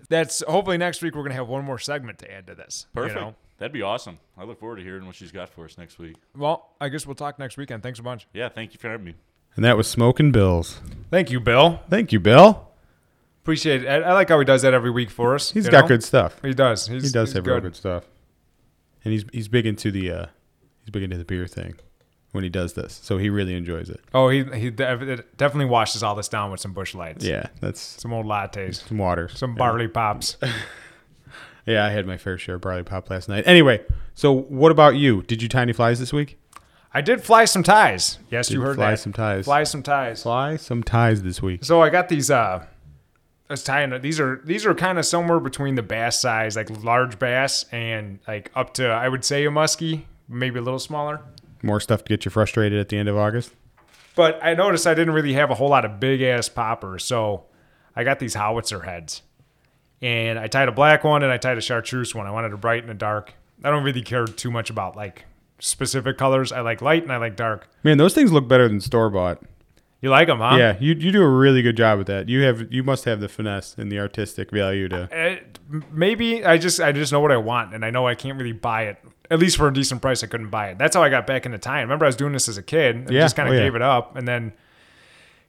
Speaker 1: that's hopefully next week we're going to have one more segment to add to this. you
Speaker 3: Perfect.
Speaker 1: know?
Speaker 3: That'd be awesome. I look forward to hearing what she's got for us next week.
Speaker 1: Well, I guess we'll talk next weekend. Thanks a bunch.
Speaker 3: Yeah, thank you for having me.
Speaker 2: And that was Smoking Bills.
Speaker 1: Thank you, Bill.
Speaker 2: Thank you, Bill.
Speaker 1: Appreciate it. I, I like how he does that every week for us.
Speaker 2: He's
Speaker 1: He's
Speaker 2: got good stuff.
Speaker 1: He does. He's,
Speaker 2: He does
Speaker 1: he's
Speaker 2: have real
Speaker 1: good.
Speaker 2: good stuff. And he's he's big into the uh, he's big into the beer thing when he does this. So he really enjoys it.
Speaker 1: Oh, he he de- definitely washes all this down with some bush lights.
Speaker 2: Yeah, that's
Speaker 1: Some old lattes.
Speaker 2: some water.
Speaker 1: Some barley pops.
Speaker 2: Yeah, I had my fair share of barley pop last night. Anyway, so what about you? Did you tiny flies this week?
Speaker 1: I did fly some ties. Yes, you heard
Speaker 2: fly
Speaker 1: that.
Speaker 2: some ties.
Speaker 1: Fly some ties.
Speaker 2: Fly some ties this week.
Speaker 1: So I got these. Uh, I was tying. These are these are kind of somewhere between the bass size, like large bass, and like up to I would say a muskie, maybe a little smaller.
Speaker 2: More stuff to get you frustrated at the end of August.
Speaker 1: But I noticed I didn't really have a whole lot of big ass poppers, so I got these howitzer heads. And I tied a black one and I tied a chartreuse one. I wanted a bright and a dark. I don't really care too much about like specific colors. I like light and I like dark.
Speaker 2: Man, those things look better than store bought.
Speaker 1: You like them, huh?
Speaker 2: Yeah, you, you do a really good job with that. You have you must have the finesse and the artistic value to
Speaker 1: Eh, maybe I just I just know what I want and I know I can't really buy it. At least for a decent price, I couldn't buy it. That's how I got back into tying. Remember, I was doing this as a kid. And
Speaker 2: Yeah.
Speaker 1: Just kind
Speaker 2: Oh,
Speaker 1: of
Speaker 2: yeah.
Speaker 1: gave it up and then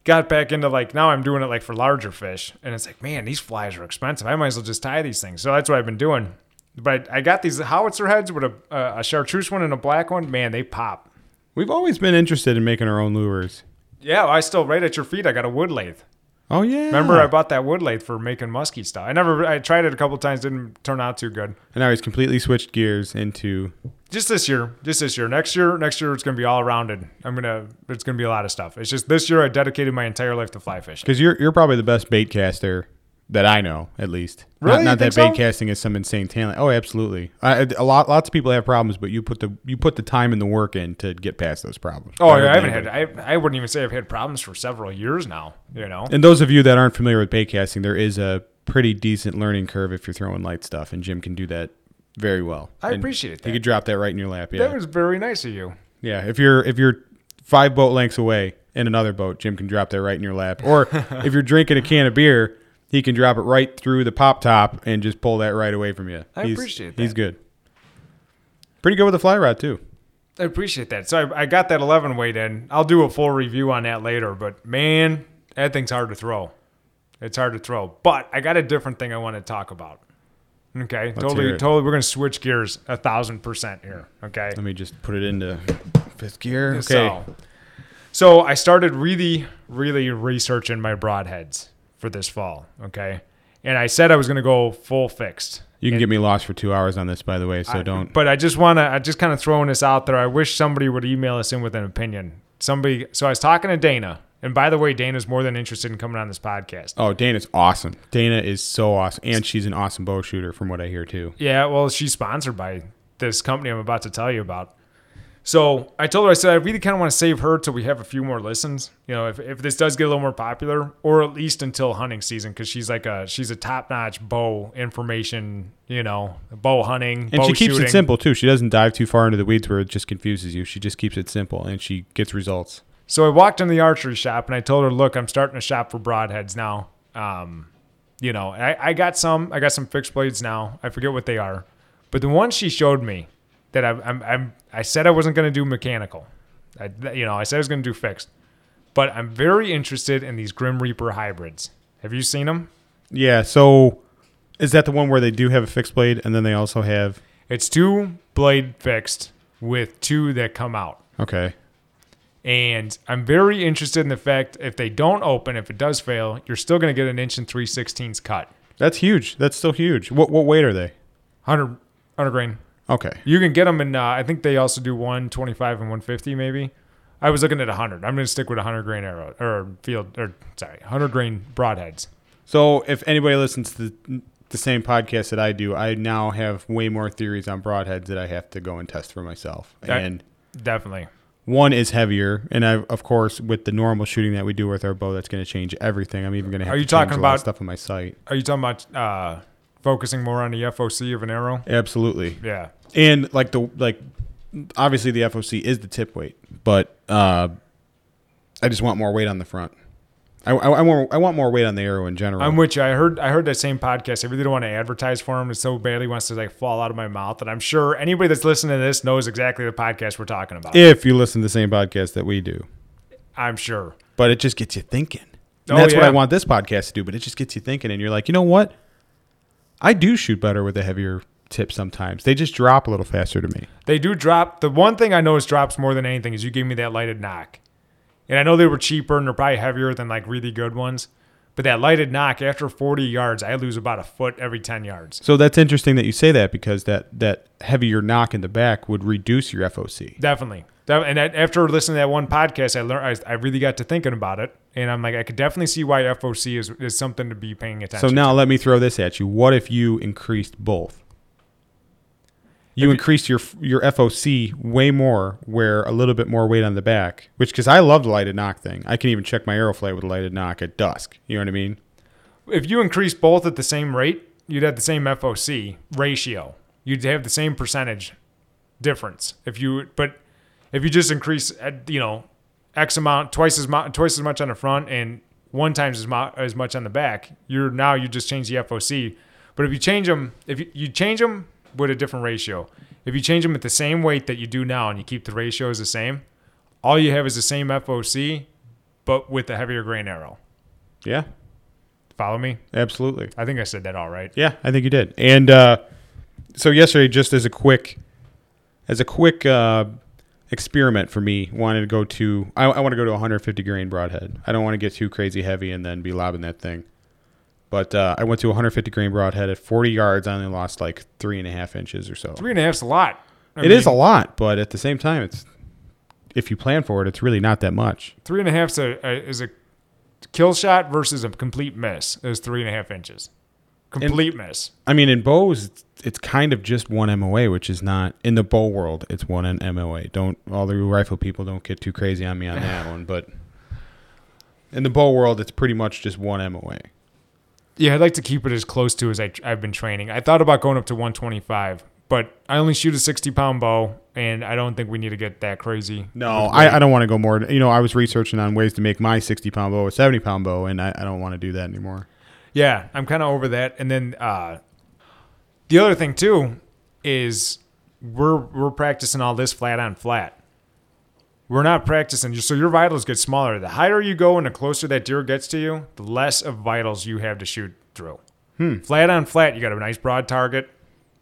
Speaker 1: got back into like now I'm doing it like for larger fish. And it's like, man, these flies are expensive. I might as well just tie these things. So that's what I've been doing. But I got these howitzer heads with a, a, a chartreuse one and a black one. Man, they pop.
Speaker 2: We've always been interested in making our own lures.
Speaker 1: Yeah, I still right at your feet. I got a wood lathe.
Speaker 2: Oh yeah.
Speaker 1: Remember, I bought that wood lathe for making musky stuff. I never, I tried it a couple times, didn't turn out too good.
Speaker 2: and now he's completely switched gears into
Speaker 1: Just this year, just this year. Next year, next year it's gonna be all rounded. I'm gonna, it's gonna be a lot of stuff. It's just this year I dedicated my entire life to fly fishing.
Speaker 2: because you're you're probably the best bait caster that I know, at least.
Speaker 1: Really?
Speaker 2: Not,
Speaker 1: You
Speaker 2: not that
Speaker 1: think so?
Speaker 2: bait casting is some insane talent. Oh, absolutely. I, a lot lots of people have problems, but you put the you put the time and the work in to get past those problems.
Speaker 1: Oh,
Speaker 2: Better
Speaker 1: yeah, I
Speaker 2: than
Speaker 1: haven't
Speaker 2: anybody.
Speaker 1: had, I, I wouldn't even say I've had problems for several years now. You know,
Speaker 2: And those of you that aren't familiar with bait casting, there is a pretty decent learning curve if you're throwing light stuff, and Jim can do that very well.
Speaker 1: I
Speaker 2: And
Speaker 1: appreciate
Speaker 2: He
Speaker 1: that.
Speaker 2: could drop that right in your lap. Yeah,
Speaker 1: that was very nice of you.
Speaker 2: yeah. If you're if you're five boat lengths away in another boat, Jim can drop that right in your lap. Or if you're drinking a can of beer, he can drop it right through the pop top and just pull that right away from you.
Speaker 1: I
Speaker 2: He's-
Speaker 1: appreciate
Speaker 2: He's
Speaker 1: that.
Speaker 2: good. Pretty good with the fly rod too.
Speaker 1: I appreciate that. So I, I got that 11 weight in. I'll do a full review on that later, but man, that thing's hard to throw. It's hard to throw. But I got a different thing I want to talk about. Okay.
Speaker 2: hear
Speaker 1: totally,
Speaker 2: it.
Speaker 1: totally. We're going to switch gears a thousand percent here. Okay.
Speaker 2: Let me just put it into fifth gear. Okay.
Speaker 1: So, so I started really, really researching my broadheads for this fall. Okay. And I said I was going to go full fixed.
Speaker 2: You can get me lost for two hours on this, by the way. So don't.
Speaker 1: But I just want to, I just kind of throwing this out there. I wish somebody would email us in with an opinion. Somebody, so I was talking to Dana. And by the way, Dana's more than interested in coming on this podcast.
Speaker 2: Oh, Dana's awesome. Dana is so awesome, and she's an awesome bow shooter, from what I hear too.
Speaker 1: Yeah, well, she's sponsored by this company I'm about to tell you about. So I told her, I said, I really kind of want to save her till we have a few more listens. You know, if, if this does get a little more popular, or at least until hunting season, because she's like a she's a top notch bow information. You know, bow hunting,
Speaker 2: And
Speaker 1: bow
Speaker 2: she keeps
Speaker 1: shooting.
Speaker 2: it simple too. She doesn't dive too far into the weeds where it just confuses you. She just keeps it simple, and she gets results.
Speaker 1: So I walked into the archery shop and I told her, look, I'm starting a shop for broadheads now. Um, you know, I, I got some, I got some fixed blades now. I forget what they are, but the one she showed me that I, I'm, I'm, I said I wasn't going to do mechanical. I, you know, I said I was going to do fixed, but I'm very interested in these Grim Reaper hybrids. Have you seen them?
Speaker 2: Yeah. So, is that the one where they do have a fixed blade, and then they also have?
Speaker 1: It's two blade fixed with two that come out.
Speaker 2: Okay.
Speaker 1: And I'm very interested in the fact if they don't open, if it does fail, you're still going to get an inch and three sixteenths cut.
Speaker 2: That's huge. That's still huge. What what weight are they?
Speaker 1: 100, 100 grain.
Speaker 2: Okay.
Speaker 1: You can get them in, uh, I think they also do 125 and 150 maybe. I was looking at 100. I'm going to stick with 100 grain arrow or field, or sorry, 100 grain broadheads.
Speaker 2: So, if anybody listens to the, the same podcast that I do, I now have way more theories on broadheads that I have to go and test for myself.
Speaker 1: That-
Speaker 2: and
Speaker 1: Definitely.
Speaker 2: one is heavier, and I, of course, with the normal shooting that we do with our bow, that's going to change everything. I'm even going to have
Speaker 1: Are
Speaker 2: to
Speaker 1: you talking
Speaker 2: change a lot of
Speaker 1: about-
Speaker 2: stuff on my sight?
Speaker 1: Are you talking about uh, focusing more on the FOC of an arrow?
Speaker 2: Absolutely,
Speaker 1: Yeah.
Speaker 2: and like the like, obviously the FOC is the tip weight, but uh, I just want more weight on the front. I, I, I want I want more weight on the arrow in general.
Speaker 1: I'm with you. I heard I heard that same podcast. I really don't want to advertise for him. It so badly wants to like fall out of my mouth. And I'm sure anybody that's listening to this knows exactly the podcast we're talking about.
Speaker 2: if you listen to the same podcast that we do,
Speaker 1: I'm sure.
Speaker 2: but it just gets you thinking. And
Speaker 1: Oh,
Speaker 2: that's what
Speaker 1: yeah.
Speaker 2: I want this podcast to do, but it just gets you thinking and you're like, "You know what? I do shoot better with a heavier tip sometimes. They just drop a little faster to me."
Speaker 1: They do drop. The one thing I noticed drops more than anything is you gave me that lighted knock. And I know they were cheaper and they're probably heavier than like really good ones. But that lighted knock, after 40 yards, I lose about a foot every 10 yards.
Speaker 2: So that's interesting that you say that because that that heavier knock in the back would reduce your FOC.
Speaker 1: Definitely. That, and that, after listening to that one podcast, I learned I, I really got to thinking about it. And I'm like, I could definitely see why FOC is, is something to be paying
Speaker 2: So
Speaker 1: attention to.
Speaker 2: now let me throw this at you. What if you increased both? You increased your your FOC way more, where a little bit more weight on the back. Which, because I love the lighted knock thing, I can even check my arrow flight with a lighted knock at dusk. You know what I mean?
Speaker 1: if you increase both at the same rate, you'd have the same FOC ratio. You'd have the same percentage difference. If you but if you just increase at, you know x amount twice as much twice as much on the front and one times as, mu- as much on the back, you're now you just change the FOC. But if you change them, if you, you change them with a different ratio, if you change them at the same weight that you do now and you keep the ratios the same, all you have is the same FOC, but with a heavier grain arrow.
Speaker 2: Yeah,
Speaker 1: Follow me?
Speaker 2: absolutely.
Speaker 1: I think I said that all right.
Speaker 2: Yeah, I think you did. And uh, so yesterday, just as a quick, as a quick uh, experiment for me wanted to go to I, I want to go to 150 grain broadhead. I don't want to get too crazy heavy and then be lobbing that thing. But uh, I went to 150 grain broadhead at 40 yards. I only lost like three and a half inches or so.
Speaker 1: Three and a half's a lot. I
Speaker 2: It is a lot, but at the same time, it's if you plan for it, it's really not that much.
Speaker 1: three and a half's a, a is a kill shot versus a complete miss is three and a half inches. Complete miss.
Speaker 2: I mean, in bows, it's, it's kind of just one MOA, which is not in the bow world. It's one N- MOA. Don't all the rifle people don't get too crazy on me on that one, but in the bow world, it's pretty much just one MOA.
Speaker 1: Yeah, I'd like to keep it as close to as I, I've been training. I thought about going up to 125, but I only shoot a 60 pound bow, and I don't think we need to get that crazy.
Speaker 2: No, I, I don't want to go more. You know, I was researching on ways to make my 60 pound bow a 70 pound bow, and I, I don't want to do that anymore.
Speaker 1: Yeah, I'm kind of over that. And then uh, the other thing too is we're we're practicing all this flat on flat. We're not practicing so your vitals get smaller. The higher you go and the closer that deer gets to you, the less of vitals you have to shoot through. Flat on flat, you got a nice broad target.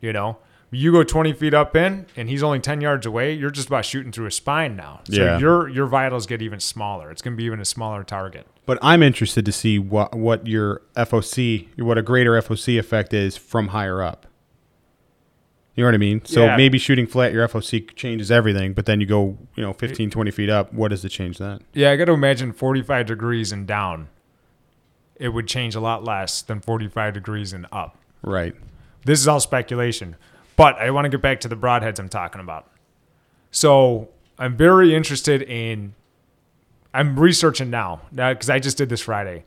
Speaker 1: You know, you go 20 feet up in, and he's only 10 yards away. You're just about shooting through his spine now. So
Speaker 2: Yeah.
Speaker 1: your your vitals get even smaller. It's gonna be even a smaller target.
Speaker 2: But I'm interested to see what what your FOC, what a greater FOC effect is from higher up. You know what I mean? So
Speaker 1: Yeah.
Speaker 2: maybe shooting flat, your FOC changes everything, but then you go, you know, 15, 20 feet up. What does it change then?
Speaker 1: Yeah, I got to imagine 45 degrees and down. It would change a lot less than 45 degrees and up.
Speaker 2: Right.
Speaker 1: This is all speculation, but I want to get back to the broadheads I'm talking about. So I'm very interested in. I'm researching now now because I just did this Friday,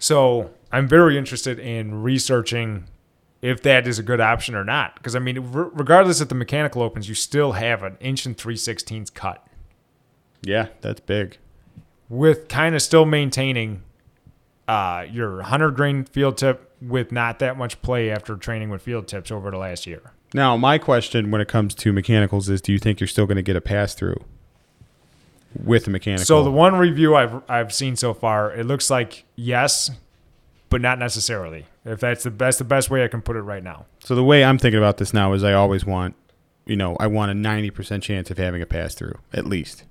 Speaker 1: so I'm very interested in researching if that is a good option or not. Because I mean, re- regardless if the mechanical opens, you still have an inch and three sixteenths cut
Speaker 2: Yeah, that's big.
Speaker 1: with kind of still maintaining uh, your 100 grain field tip with not that much play after training with field tips over the last year.
Speaker 2: Now, my question when it comes to mechanicals is do you think you're still going to get a pass through with a mechanical?
Speaker 1: So the one review I've I've seen so far, it looks like yes, but not necessarily. If that's the best the best way I can put it right now.
Speaker 2: So the way I'm thinking about this now is I always want, you know, I want a 90% chance of having a pass through at least.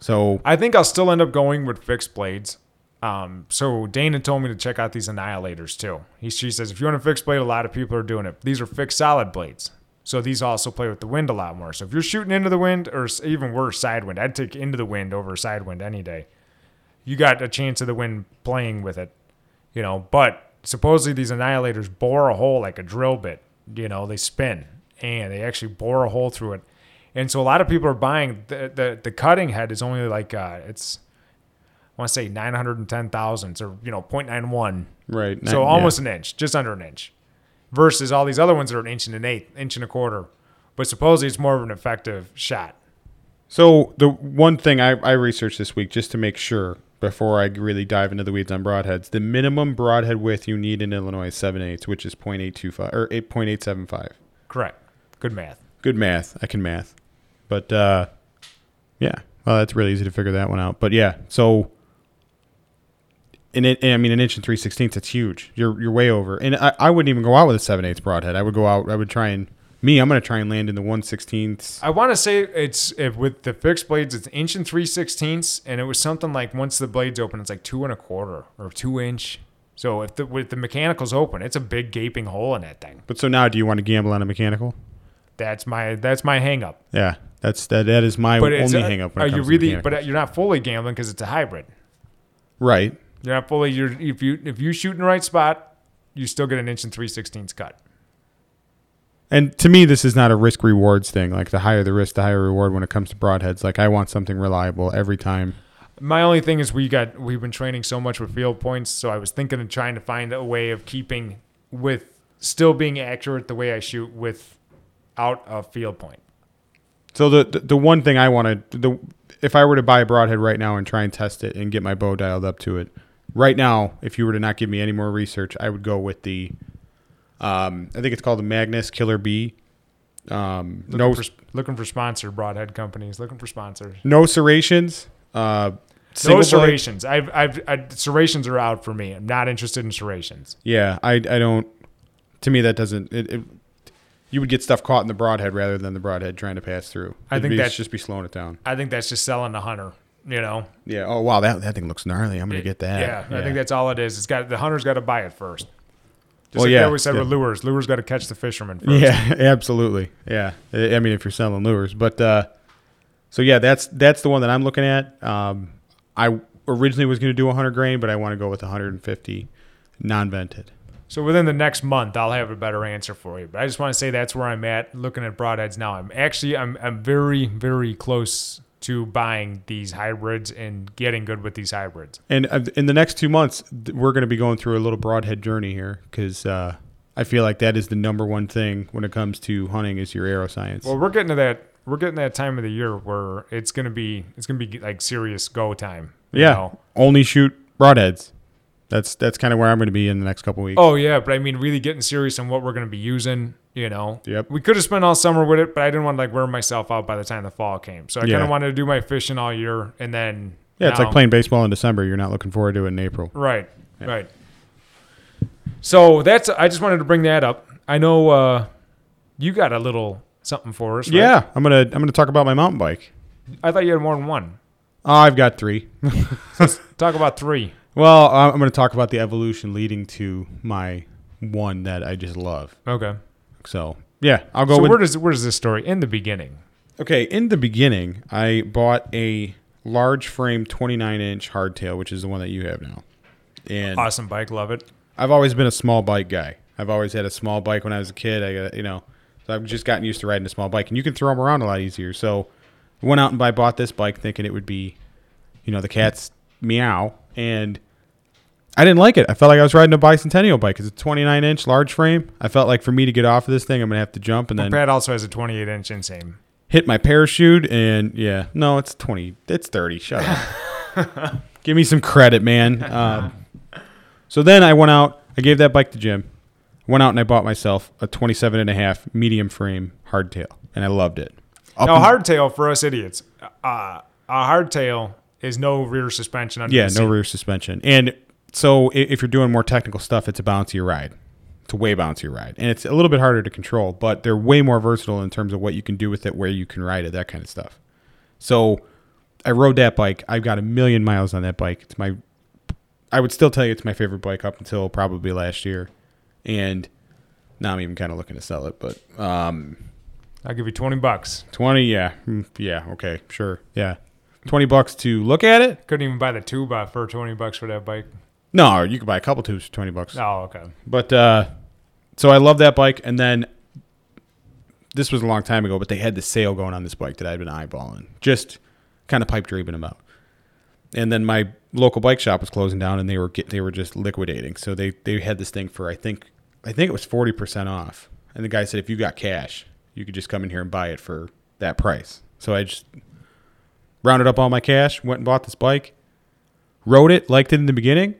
Speaker 2: So
Speaker 1: I think I'll still end up going with fixed blades. Um, so Dana told me to check out these annihilators too. He, she says if you want a fixed blade, a lot of people are doing it. These are fixed solid blades, so these also play with the wind a lot more. So if you're shooting into the wind, or s- even worse, side wind, I'd take into the wind over side wind any day. You got a chance of the wind playing with it, you know. But supposedly these annihilators bore a hole like a drill bit. You know, they spin and they actually bore a hole through it. And so a lot of people are buying the the, the cutting head is only like uh, it's I want to say nine hundred and ten thousandths or you know 0.91
Speaker 2: right,
Speaker 1: so
Speaker 2: yeah.
Speaker 1: almost an inch, just under an inch, versus all these other ones that are an inch and an eighth, inch and a quarter. But supposedly it's more of an effective shot.
Speaker 2: So the one thing I, I researched this week just to make sure before I really dive into the weeds on broadheads, the minimum broadhead width you need in Illinois is seven eighths, which is 0.825 or 8.875.
Speaker 1: Correct. Good math.
Speaker 2: Good math. I can math. But uh, yeah, well, that's really easy to figure that one out. But yeah, so and it, and I mean, an inch and three sixteenths. It's huge. You're you're way over. And I, I wouldn't even go out with a seven eighths broadhead. I would go out. I would try and me. I'm gonna try and land in the one sixteenths.
Speaker 1: I want to say it's if with the fixed blades, it's inch and three sixteenths, and it was something like once the blades open, it's like two and a quarter or two inch. So if the with the mechanicals open, it's a big gaping hole in that thing.
Speaker 2: But so now, do you want to gamble on a mechanical?
Speaker 1: That's my that's my hang up.
Speaker 2: Yeah, that's that. That is my
Speaker 1: But
Speaker 2: only
Speaker 1: it's a-
Speaker 2: hang up. When
Speaker 1: are
Speaker 2: it comes
Speaker 1: you
Speaker 2: to
Speaker 1: really?
Speaker 2: mechanical.
Speaker 1: But you're not fully gambling because it's a hybrid.
Speaker 2: right?
Speaker 1: You're not fully. You're if you if you shoot in the right spot, you still get an inch and three sixteenths cut.
Speaker 2: And to me, this is not a risk rewards thing. Like the higher the risk, the higher reward when it comes to broadheads. Like I want something reliable every time.
Speaker 1: My only thing is we got we've been training so much with field points, so I was thinking of trying to find a way of keeping with still being accurate the way I shoot with out of field point.
Speaker 2: So the the, the one thing I want to the if I were to buy a broadhead right now and try and test it and get my bow dialed up to it, right now, if you were to not give me any more research, I would go with the, um, I think it's called the Magnus Killer B. Um, no
Speaker 1: For, looking for sponsor broadhead companies, looking for sponsors.
Speaker 2: no serrations. Uh,
Speaker 1: No
Speaker 2: single blade.
Speaker 1: serrations. I've I've I, serrations are out for me. I'm not interested in serrations.
Speaker 2: Yeah, I I don't. To me, that doesn't. It, it, you would get stuff caught in the broadhead rather than the broadhead trying to pass through.
Speaker 1: I
Speaker 2: It'd
Speaker 1: think
Speaker 2: be-
Speaker 1: that's-
Speaker 2: just be slowing it down.
Speaker 1: I think that's just selling the hunter. You know,
Speaker 2: Yeah. Oh wow, that that thing looks gnarly. I'm gonna get that.
Speaker 1: Yeah, I think that's all it is. It's got the hunter's got to buy it first. Just
Speaker 2: Well,
Speaker 1: like
Speaker 2: yeah,
Speaker 1: they always said
Speaker 2: yeah.
Speaker 1: with lures, lures got to catch the fisherman first.
Speaker 2: Yeah, absolutely. Yeah, I I mean, if you're selling lures, but uh, so yeah, that's that's the one that I'm looking at. Um, I originally was going to do 100 grain, but I want to go with 150 non-vented.
Speaker 1: So within the next month, I'll have a better answer for you. But I just want to say that's where I'm at looking at broadheads now. I'm actually I'm I'm very very close to buying these hybrids and getting good with these hybrids.
Speaker 2: And uh, in the next two months, th- we're going to be going through a little broadhead journey here because uh, I feel like that is the number one thing when it comes to hunting is your aero science.
Speaker 1: Well, we're getting to that we're getting to that time of the year where it's gonna be it's gonna be like serious go time. you
Speaker 2: yeah,
Speaker 1: know?
Speaker 2: only shoot broadheads. That's that's kind of where I'm going to be in the next couple weeks.
Speaker 1: Oh yeah, but I mean, really getting serious on what we're gonna be using. You know.
Speaker 2: Yep.
Speaker 1: We could have spent all summer with it, but I didn't want to like wear myself out by the time the fall came. So I kind
Speaker 2: Yeah.
Speaker 1: of wanted to do my fishing all year, and then
Speaker 2: yeah, it's
Speaker 1: now-
Speaker 2: like playing baseball in December. You're not looking forward to it in April.
Speaker 1: Right. Right. So that's. I just wanted to bring that up. I know uh, you got a little something for us. right?
Speaker 2: Yeah, I'm gonna I'm gonna talk about my mountain bike.
Speaker 1: I thought you had more than one.
Speaker 2: Oh, I've got three.
Speaker 1: Talk about three.
Speaker 2: well, I- I'm gonna talk about the evolution leading to my one that I just love.
Speaker 1: Okay.
Speaker 2: So yeah, I'll go
Speaker 1: so
Speaker 2: with.
Speaker 1: where does where does this story in the beginning?
Speaker 2: okay, in the beginning, I bought a large frame 29 inch hardtail, which is the one that you have now. And
Speaker 1: Awesome bike, love it.
Speaker 2: I've always been a small bike guy. I've always had a small bike when I was a kid. I got you know, so I've just gotten used to riding a small bike, and you can throw them around a lot easier. So, I went out and I bought this bike thinking it would be, you know, the cat's meow, and I didn't like it. I felt like I was riding a bicentennial bike. It's a 29 inch large frame. I felt like for me to get off of this thing, I'm gonna have to jump and then
Speaker 1: Brad also has a 28 inch insane.
Speaker 2: hit my parachute and yeah no it's 20 it's 30 shut up give me some credit man um, so then i went out i gave that bike to jim went out and i bought myself a 27 and a half medium frame hardtail and i loved it Up
Speaker 1: Now,
Speaker 2: and-
Speaker 1: hardtail for us idiots. Uh, a hardtail is no rear suspension under
Speaker 2: yeah
Speaker 1: the
Speaker 2: no
Speaker 1: seat.
Speaker 2: rear suspension and so i- if you're doing more technical stuff it's a bouncier ride it's a way bouncier ride and it's a little bit harder to control but they're way more versatile in terms of what you can do with it where you can ride it that kind of stuff So I rode that bike. I've got a million miles on that bike. It's my I would still tell you it's my favorite bike up until probably last year. And now I'm even kind of looking to sell it, but um
Speaker 1: I'll give you 20 bucks.
Speaker 2: 20, yeah. Mm, Yeah, okay, sure. Yeah. 20 bucks to look at it?
Speaker 1: Couldn't even buy the tube uh, for 20 bucks for that bike.
Speaker 2: No, you could buy a couple tubes for 20 bucks.
Speaker 1: Oh, okay.
Speaker 2: But uh, so I love that bike. And then this was a long time ago, but they had the sale going on this bike that I'd been eyeballing, just kind of pipe dreaming about. And then my local bike shop was closing down, and they were get, they were just liquidating. So they they had this thing for I think I think it was forty percent off. And the guy said, if you got cash, you could just come in here and buy it for that price. So I just rounded up all my cash, went and bought this bike, rode it, liked it in the beginning,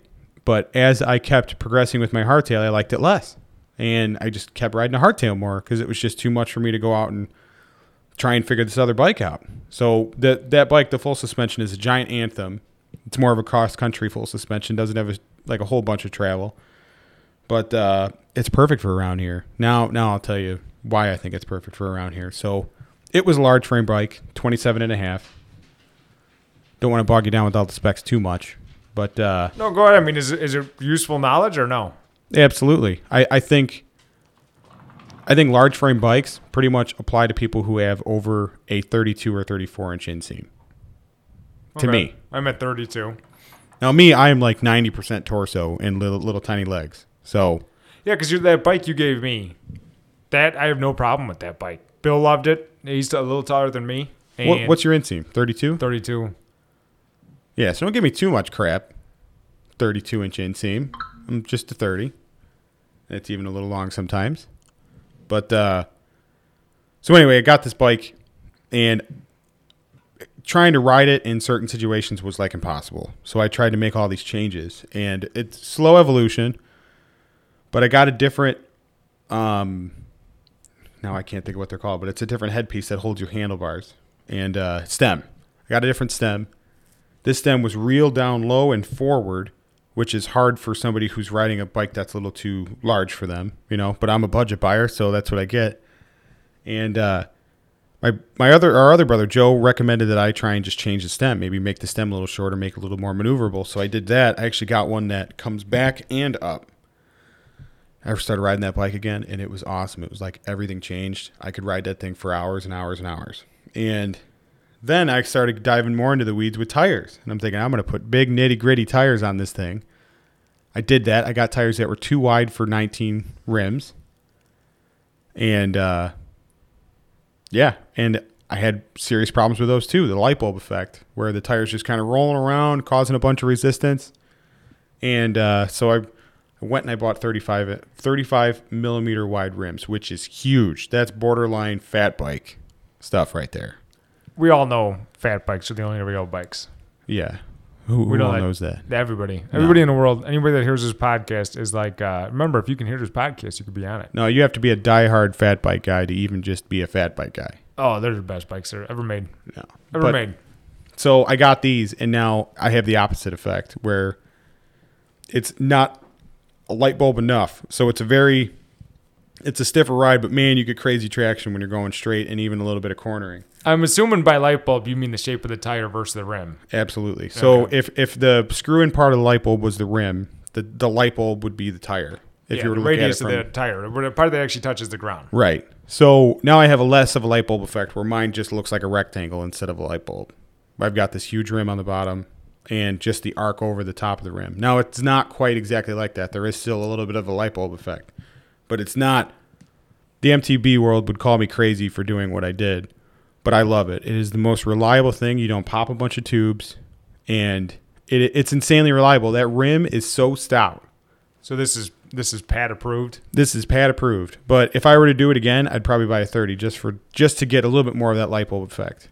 Speaker 2: but as I kept progressing with my hardtail, I liked it less. And I just kept riding a hardtail more because it was just too much for me to go out and try and figure this other bike out. So that that bike, the full suspension is a giant anthem. It's more of a cross country full suspension, doesn't have a, like a whole bunch of travel, but uh, it's perfect for around here. Now, now I'll tell you why I think it's perfect for around here. So it was a large frame bike, 27 and a half. Don't want to bog you down with all the specs too much, but uh,
Speaker 1: No, go ahead. I mean, is, it- is it useful knowledge or no?
Speaker 2: yeah, absolutely. I, I think I think large frame bikes pretty much apply to people who have over a 32 or 34 inch inseam.
Speaker 1: Okay.
Speaker 2: To me,
Speaker 1: I'm at 32.
Speaker 2: now me, I am like 90% torso and little little tiny legs. So
Speaker 1: Yeah, because that bike you gave me, that I have no problem with that bike. Bill loved it. He's a little taller than me. And
Speaker 2: what, what's your inseam? 32.
Speaker 1: 32?
Speaker 2: Yeah, so don't give me too much crap. 32 inch inseam. I'm just a 30. It's even a little long sometimes. But uh, so anyway, I got this bike and trying to ride it in certain situations was like impossible. So I tried to make all these changes and it's slow evolution, but I got a different um now I can't think of what they're called, but it's a different headpiece that holds your handlebars and uh, stem. I got a different stem. This stem was reeled down low and forward, which is hard for somebody who's riding a bike that's a little too large for them, you know. But I'm a budget buyer, so that's what I get. And uh, my my other our other brother Joe recommended that I try and just change the stem, maybe make the stem a little shorter, make it a little more maneuverable. So I did that. I actually got one that comes back and up. I started riding that bike again, and it was awesome. It was like everything changed. I could ride that thing for hours and hours and hours. And then I started diving more into the weeds with tires, and I'm thinking I'm going to put big nitty gritty tires on this thing. I did that. I got tires that were too wide for 19 rims, and uh, yeah, and I had serious problems with those too. The light bulb effect, where the tires just kind of rolling around, causing a bunch of resistance. And uh, so I, I went and I bought 35, i- 35 millimeter wide rims, which is huge. That's borderline fat bike stuff right there.
Speaker 1: We all know fat bikes are the only real bikes.
Speaker 2: Yeah, who,
Speaker 1: We
Speaker 2: who
Speaker 1: know
Speaker 2: all
Speaker 1: that.
Speaker 2: knows that?
Speaker 1: Everybody, everybody in the world, anybody that hears this podcast is like, uh, remember, if you can hear this podcast, you could be on it.
Speaker 2: No, you have to be a diehard fat bike guy to even just be a fat bike guy.
Speaker 1: Oh, they're the best bikes there ever made,
Speaker 2: No,
Speaker 1: ever
Speaker 2: But-
Speaker 1: made.
Speaker 2: So I got these, and now I have the opposite effect where it's not a light bulb enough. So it's a very, it's a stiffer ride, but man, you get crazy traction when you're going straight and even a little bit of cornering.
Speaker 1: I'm assuming by light bulb you mean the shape of the tire versus the rim.
Speaker 2: Absolutely. So
Speaker 1: Okay.
Speaker 2: if if the screw in part of the light bulb was the rim, the the light bulb would be the tire. If
Speaker 1: yeah,
Speaker 2: you were to
Speaker 1: the
Speaker 2: look at it
Speaker 1: radius
Speaker 2: from
Speaker 1: of the tire, where the part that actually touches the ground.
Speaker 2: right. So now I have a less of a light bulb effect where mine just looks like a rectangle instead of a light bulb. I've got this huge rim on the bottom and just the arc over the top of the rim. Now it's not quite exactly like that. There is still a little bit of a light bulb effect, but it's not. The MTB world would call me crazy for doing what I did, but I love it. It is the most reliable thing. You don't pop a bunch of tubes, and it, it's insanely reliable. That rim is so stout.
Speaker 1: So this is this is pad approved.
Speaker 2: This is pad approved, but if I were to do it again, I'd probably buy a 30 just for just to get a little bit more of that light bulb effect.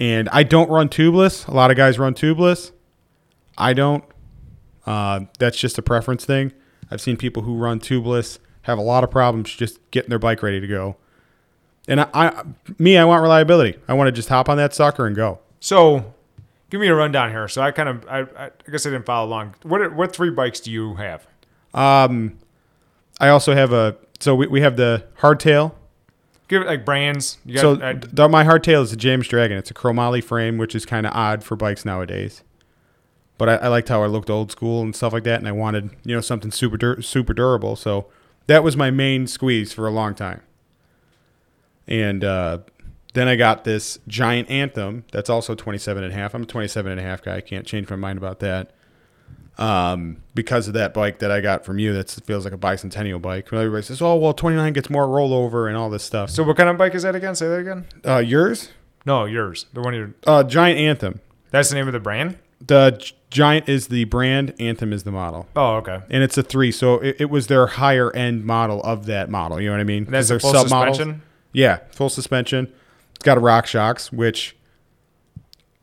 Speaker 2: And I don't run tubeless. A lot of guys run tubeless. I don't. Uh, that's just a preference thing. I've seen people who run tubeless have a lot of problems just getting their bike ready to go. And I, I me, I want reliability. I want to just hop on that sucker and go.
Speaker 1: So give me a rundown here. So I kind of I, I, I guess I didn't follow along. What are- what three bikes do you have?
Speaker 2: Um, I also have a so we, we have the hardtail,
Speaker 1: Give it like brands. You got,
Speaker 2: so
Speaker 1: I-
Speaker 2: th- th- my hardtail is a James Dragon. It's a chromoly frame, which is kind of odd for bikes nowadays. But I, I liked how I looked old school and stuff like that, and I wanted you know something super dur- super durable. So that was my main squeeze for a long time. And uh, then I got this giant anthem that's also 27 and a half. I'm a 27 and a half guy. I can't change my mind about that. Um, because of that bike that I got from you, that feels like a bicentennial bike. Everybody says, "Oh, well, 29 gets more rollover and all this stuff." So,
Speaker 1: so what kind of bike is that again? Say that again.
Speaker 2: uh, yours?
Speaker 1: No, yours. The one you.
Speaker 2: Uh, Giant Anthem.
Speaker 1: That's the name of the brand.
Speaker 2: The G- Giant is the brand, Anthem is the model.
Speaker 1: Oh, okay.
Speaker 2: And it's a three, so it, it was their higher end model of that model. You know what I mean? 'Cause
Speaker 1: That's a
Speaker 2: they're
Speaker 1: full
Speaker 2: sub-models.
Speaker 1: suspension.
Speaker 2: Yeah, full suspension. It's got a Rock Shocks, which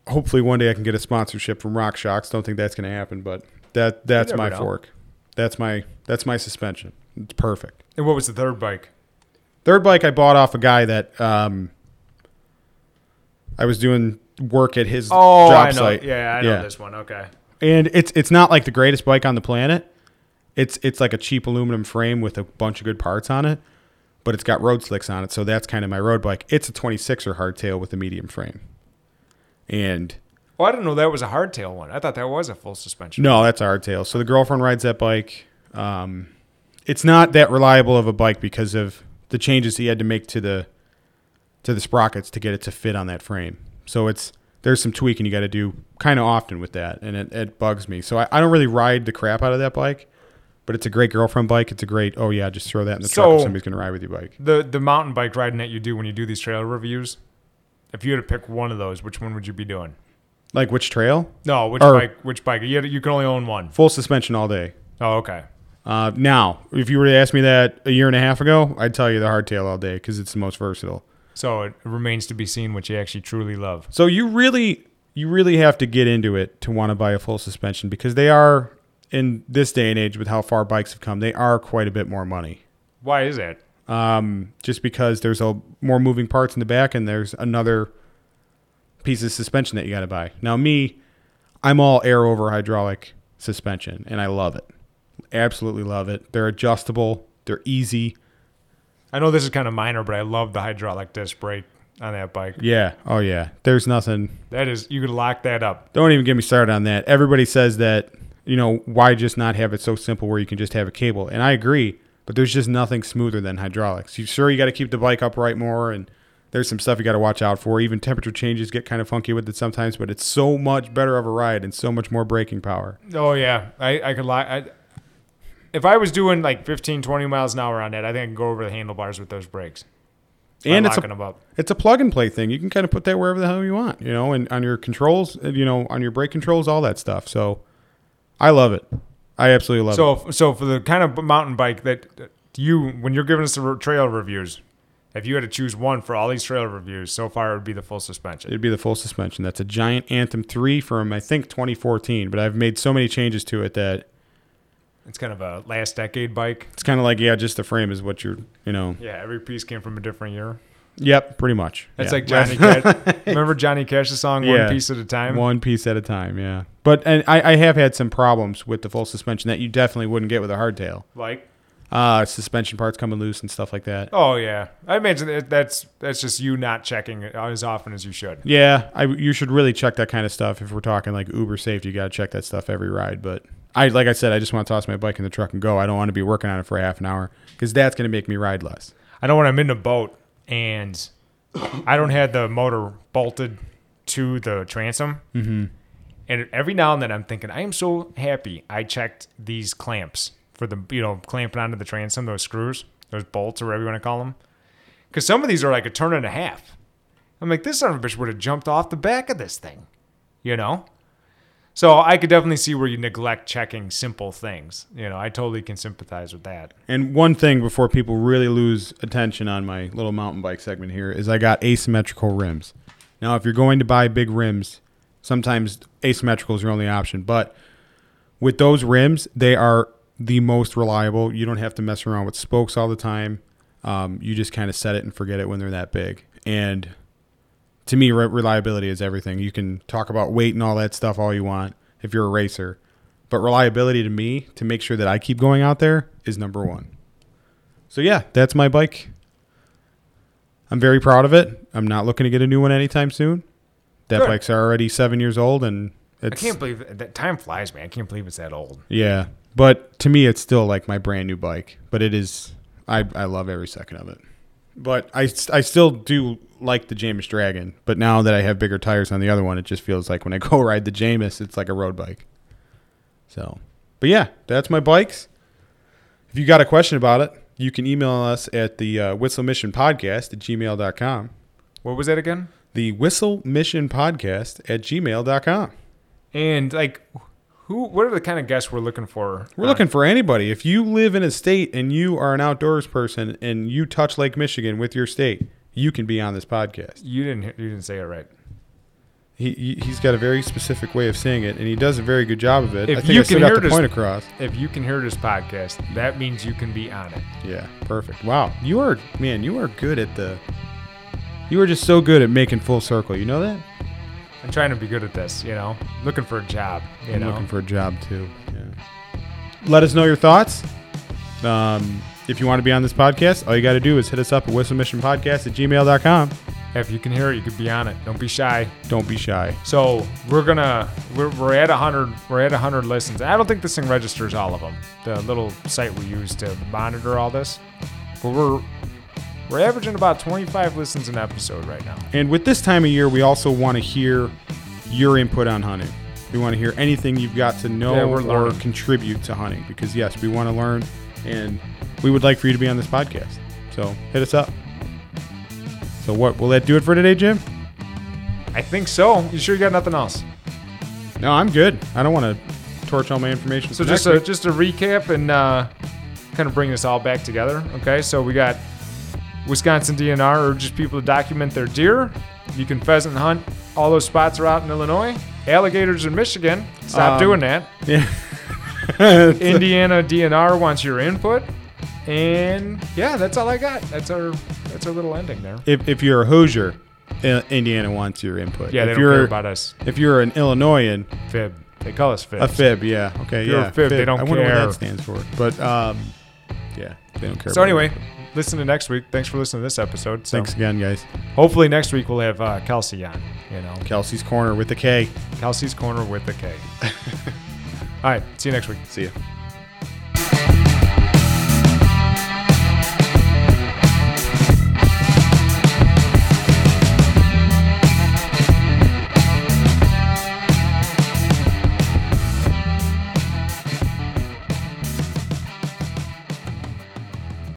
Speaker 2: hopefully one day I can get a sponsorship from Rock Shocks. Don't think that's going to happen, but that that's
Speaker 1: never
Speaker 2: my
Speaker 1: know.
Speaker 2: fork. That's my that's my suspension. It's perfect.
Speaker 1: And what was the third bike?
Speaker 2: Third bike I bought off a guy that um, I was doing work at his
Speaker 1: Oh,
Speaker 2: job
Speaker 1: I know.
Speaker 2: site.
Speaker 1: Yeah, I know this one. Okay.
Speaker 2: And it's it's not like the greatest bike on the planet. It's it's like a cheap aluminum frame with a bunch of good parts on it, but it's got road slicks on it, so that's kind of my road bike. It's a 26er hardtail with a medium frame. And
Speaker 1: Oh, I didn't know that was a hardtail one. I thought that was a full suspension.
Speaker 2: no, that's a hardtail. So the girlfriend rides that bike. Um, it's not that reliable of a bike because of the changes he had to make to the to the sprockets to get it to fit on that frame. So it's there's some tweaking you got to do kind of often with that, and it, it bugs me. So I, I don't really ride the crap out of that bike, but it's a great girlfriend bike. It's a great oh yeah, just throw that in the truck
Speaker 1: So-
Speaker 2: if somebody's gonna ride with you bike.
Speaker 1: The the mountain bike riding that you do when you do these trail reviews. If you had to pick one of those, which one would you be doing?
Speaker 2: Like which trail?
Speaker 1: No, which
Speaker 2: Or-
Speaker 1: bike? Which bike? You, had- you can only own one.
Speaker 2: Full suspension all day.
Speaker 1: Oh, okay.
Speaker 2: Uh, now, if you were to ask me that a year and a half ago, I'd tell you the hardtail all day because it's the most versatile.
Speaker 1: So it remains to be seen what you actually truly love.
Speaker 2: So you really you really have to get into it to want to buy a full suspension because they are in this day and age with how far bikes have come, they are quite a bit more money.
Speaker 1: Why is that?
Speaker 2: Um, just because there's a more moving parts in the back and there's another piece of suspension that you got to buy. Now me, I'm all air over hydraulic suspension and I love it. Absolutely love it. They're adjustable, they're easy.
Speaker 1: I know this is kind of minor, but I love the hydraulic disc brake on that bike.
Speaker 2: Yeah. Oh yeah. There's nothing.
Speaker 1: That is, you could lock that up.
Speaker 2: Don't even get me started on that. Everybody says that, you know, why just not have it so simple where you can just have a cable? And I agree, but there's just nothing smoother than hydraulics. You sure you got to keep the bike upright more and there's some stuff you got to watch out for. Even temperature changes get kind of funky with it sometimes, but it's so much better of a ride and so much more braking power.
Speaker 1: Oh yeah, I I could lie. I, if I was doing like 15, 20 miles an hour on that, I think I can go over the handlebars with those brakes. By
Speaker 2: And it's a
Speaker 1: locking them up.
Speaker 2: it's a plug and play thing. You can kind of put that wherever the hell you want, you know, and on your controls, and, you know, on your brake controls, all that stuff. So I love it. I absolutely love it.
Speaker 1: So so for the kind of mountain bike that that you when you're giving us the re- trail reviews, if you had to choose one for all these trail reviews so far, it would be the full suspension.
Speaker 2: It'd be the full suspension. That's a giant Anthem 3 from I think 2014, but I've made so many changes to it that
Speaker 1: It's kind of a last decade bike.
Speaker 2: it's kind of like yeah, just the frame is what you're, you know.
Speaker 1: Yeah, every piece came from a different year.
Speaker 2: Yep, pretty much.
Speaker 1: That's
Speaker 2: Yeah.
Speaker 1: like Johnny Cash. Remember Johnny Cash's song
Speaker 2: Yeah.
Speaker 1: "One Piece at a Time."
Speaker 2: one piece at a time, yeah. But and I, I have had some problems with the full suspension that you definitely wouldn't get with a hardtail.
Speaker 1: Like,
Speaker 2: Uh suspension parts coming loose and stuff like that.
Speaker 1: oh yeah, I imagine that that's that's just you not checking it as often as you should.
Speaker 2: Yeah, I you should really check that kind of stuff if we're talking like Uber safety. You got to check that stuff every ride. But I, like I said, I just want to toss my bike in the truck and go. I don't want to be working on it for half an hour because that's going to make me ride less.
Speaker 1: I know when I'm in the boat and I don't have the motor bolted to the transom. Mm-hmm. And every now and then I'm thinking, I am so happy I checked these clamps for the, you know, clamping onto the transom, those screws, those bolts, or whatever you want to call them. Because some of these are like a turn and a half. I'm like, this son of a bitch would have jumped off the back of this thing, you know? So I could definitely see where you neglect checking simple things. You know, I totally can sympathize with that.
Speaker 2: And one thing before people really lose attention on my little mountain bike segment here is I got asymmetrical rims. Now, if you're going to buy big rims, sometimes asymmetrical is your only option. But with those rims, they are the most reliable. You don't have to mess around with spokes all the time. Um, you just kind of set it and forget it when they're that big. And to me, re- reliability is everything. You can talk about weight and all that stuff all you want if you're a racer, but reliability to me, to make sure that I keep going out there, is number one. So yeah, that's my bike. I'm very proud of it. I'm not looking to get a new one anytime soon. That
Speaker 1: Good.
Speaker 2: bike's already seven years old, and
Speaker 1: I
Speaker 2: it's
Speaker 1: can't believe that time flies, man. I can't believe it's that old.
Speaker 2: yeah, but to me, it's still like my brand new bike. But it is, I I love every second of it. But I s- I still do like the Jameis Dragon. But now that I have bigger tires on the other one, it just feels like when I go ride the Jameis, it's like a road bike. So, but yeah, that's my bikes. If you got a question about it, you can email us at the uh, Whistle Mission Podcast at gmail.com.
Speaker 1: What was that again?
Speaker 2: The Whistle Mission Podcast at gmail.com.
Speaker 1: And like, who? What are the kind of guests we're looking for?
Speaker 2: We're looking for anybody. If you live in a state and you are an outdoors person and you touch Lake Michigan with your state, you can be on this podcast.
Speaker 1: Uh, You didn't. You didn't say it right.
Speaker 2: He, he he's got a very specific way of saying it, and he does a very good job of it.
Speaker 1: If
Speaker 2: I think
Speaker 1: you
Speaker 2: I still
Speaker 1: can
Speaker 2: got
Speaker 1: hear
Speaker 2: the
Speaker 1: this-
Speaker 2: point across.
Speaker 1: If you can hear this podcast, that means you can be on it.
Speaker 2: Yeah, perfect. Wow, you are man, you are good at the. You are just so good at making full circle. You know that?
Speaker 1: I'm trying to be good at this. You know, looking for a job. You
Speaker 2: I'm
Speaker 1: know,
Speaker 2: looking for a job too. Yeah. Let us know your thoughts. Um, if you want to be on this podcast, all you got to do is hit us up at whistlemissionpodcast at gmail.com.
Speaker 1: if you can hear it, you could be on it. Don't be shy.
Speaker 2: Don't be shy.
Speaker 1: So we're gonna. We're, we're at hundred. We're at hundred listens. I don't think this thing registers all of them. The little site we use to monitor all this, but we're we're averaging about 25 listens an episode right now.
Speaker 2: And with this time of year, we also want to hear your input on hunting. We want to hear anything you've got to know
Speaker 1: Yeah, we're
Speaker 2: or
Speaker 1: learning.
Speaker 2: contribute to hunting because, yes, we want to learn and we would like for you to be on this podcast. So hit us up. So, what will that do it for today, Jim?
Speaker 1: I think so. You sure you got nothing else?
Speaker 2: No, I'm good. I don't want to torch all my information.
Speaker 1: So
Speaker 2: for
Speaker 1: just
Speaker 2: next
Speaker 1: a,
Speaker 2: week.
Speaker 1: just a recap and uh, kind of bring this all back together. Okay, so we got Wisconsin DNR urges people to document their deer. You can pheasant hunt. All those spots are out in Illinois. Alligators in Michigan. Stop
Speaker 2: Um,
Speaker 1: doing that.
Speaker 2: yeah.
Speaker 1: Indiana DNR wants your input. And yeah, that's all I got. That's our that's our little ending there.
Speaker 2: if, if you're a Hoosier, I- Indiana wants your input.
Speaker 1: Yeah,
Speaker 2: if
Speaker 1: they don't
Speaker 2: you're,
Speaker 1: care about us.
Speaker 2: If you're an Illinoisan,
Speaker 1: Fib. They call us fib.
Speaker 2: A fib, yeah. Okay,
Speaker 1: You're a
Speaker 2: yeah.
Speaker 1: fib, they don't
Speaker 2: I wonder
Speaker 1: care.
Speaker 2: what that stands for. But um, yeah, they don't care.
Speaker 1: So
Speaker 2: about
Speaker 1: anyway,
Speaker 2: it.
Speaker 1: listen to next week. Thanks for listening to this episode. So
Speaker 2: Thanks again, guys.
Speaker 1: Hopefully next week we'll have uh, Kelsey on. You know,
Speaker 2: Kelsey's Corner with the K.
Speaker 1: Kelsey's corner with the K. All right. See you next week.
Speaker 2: See ya.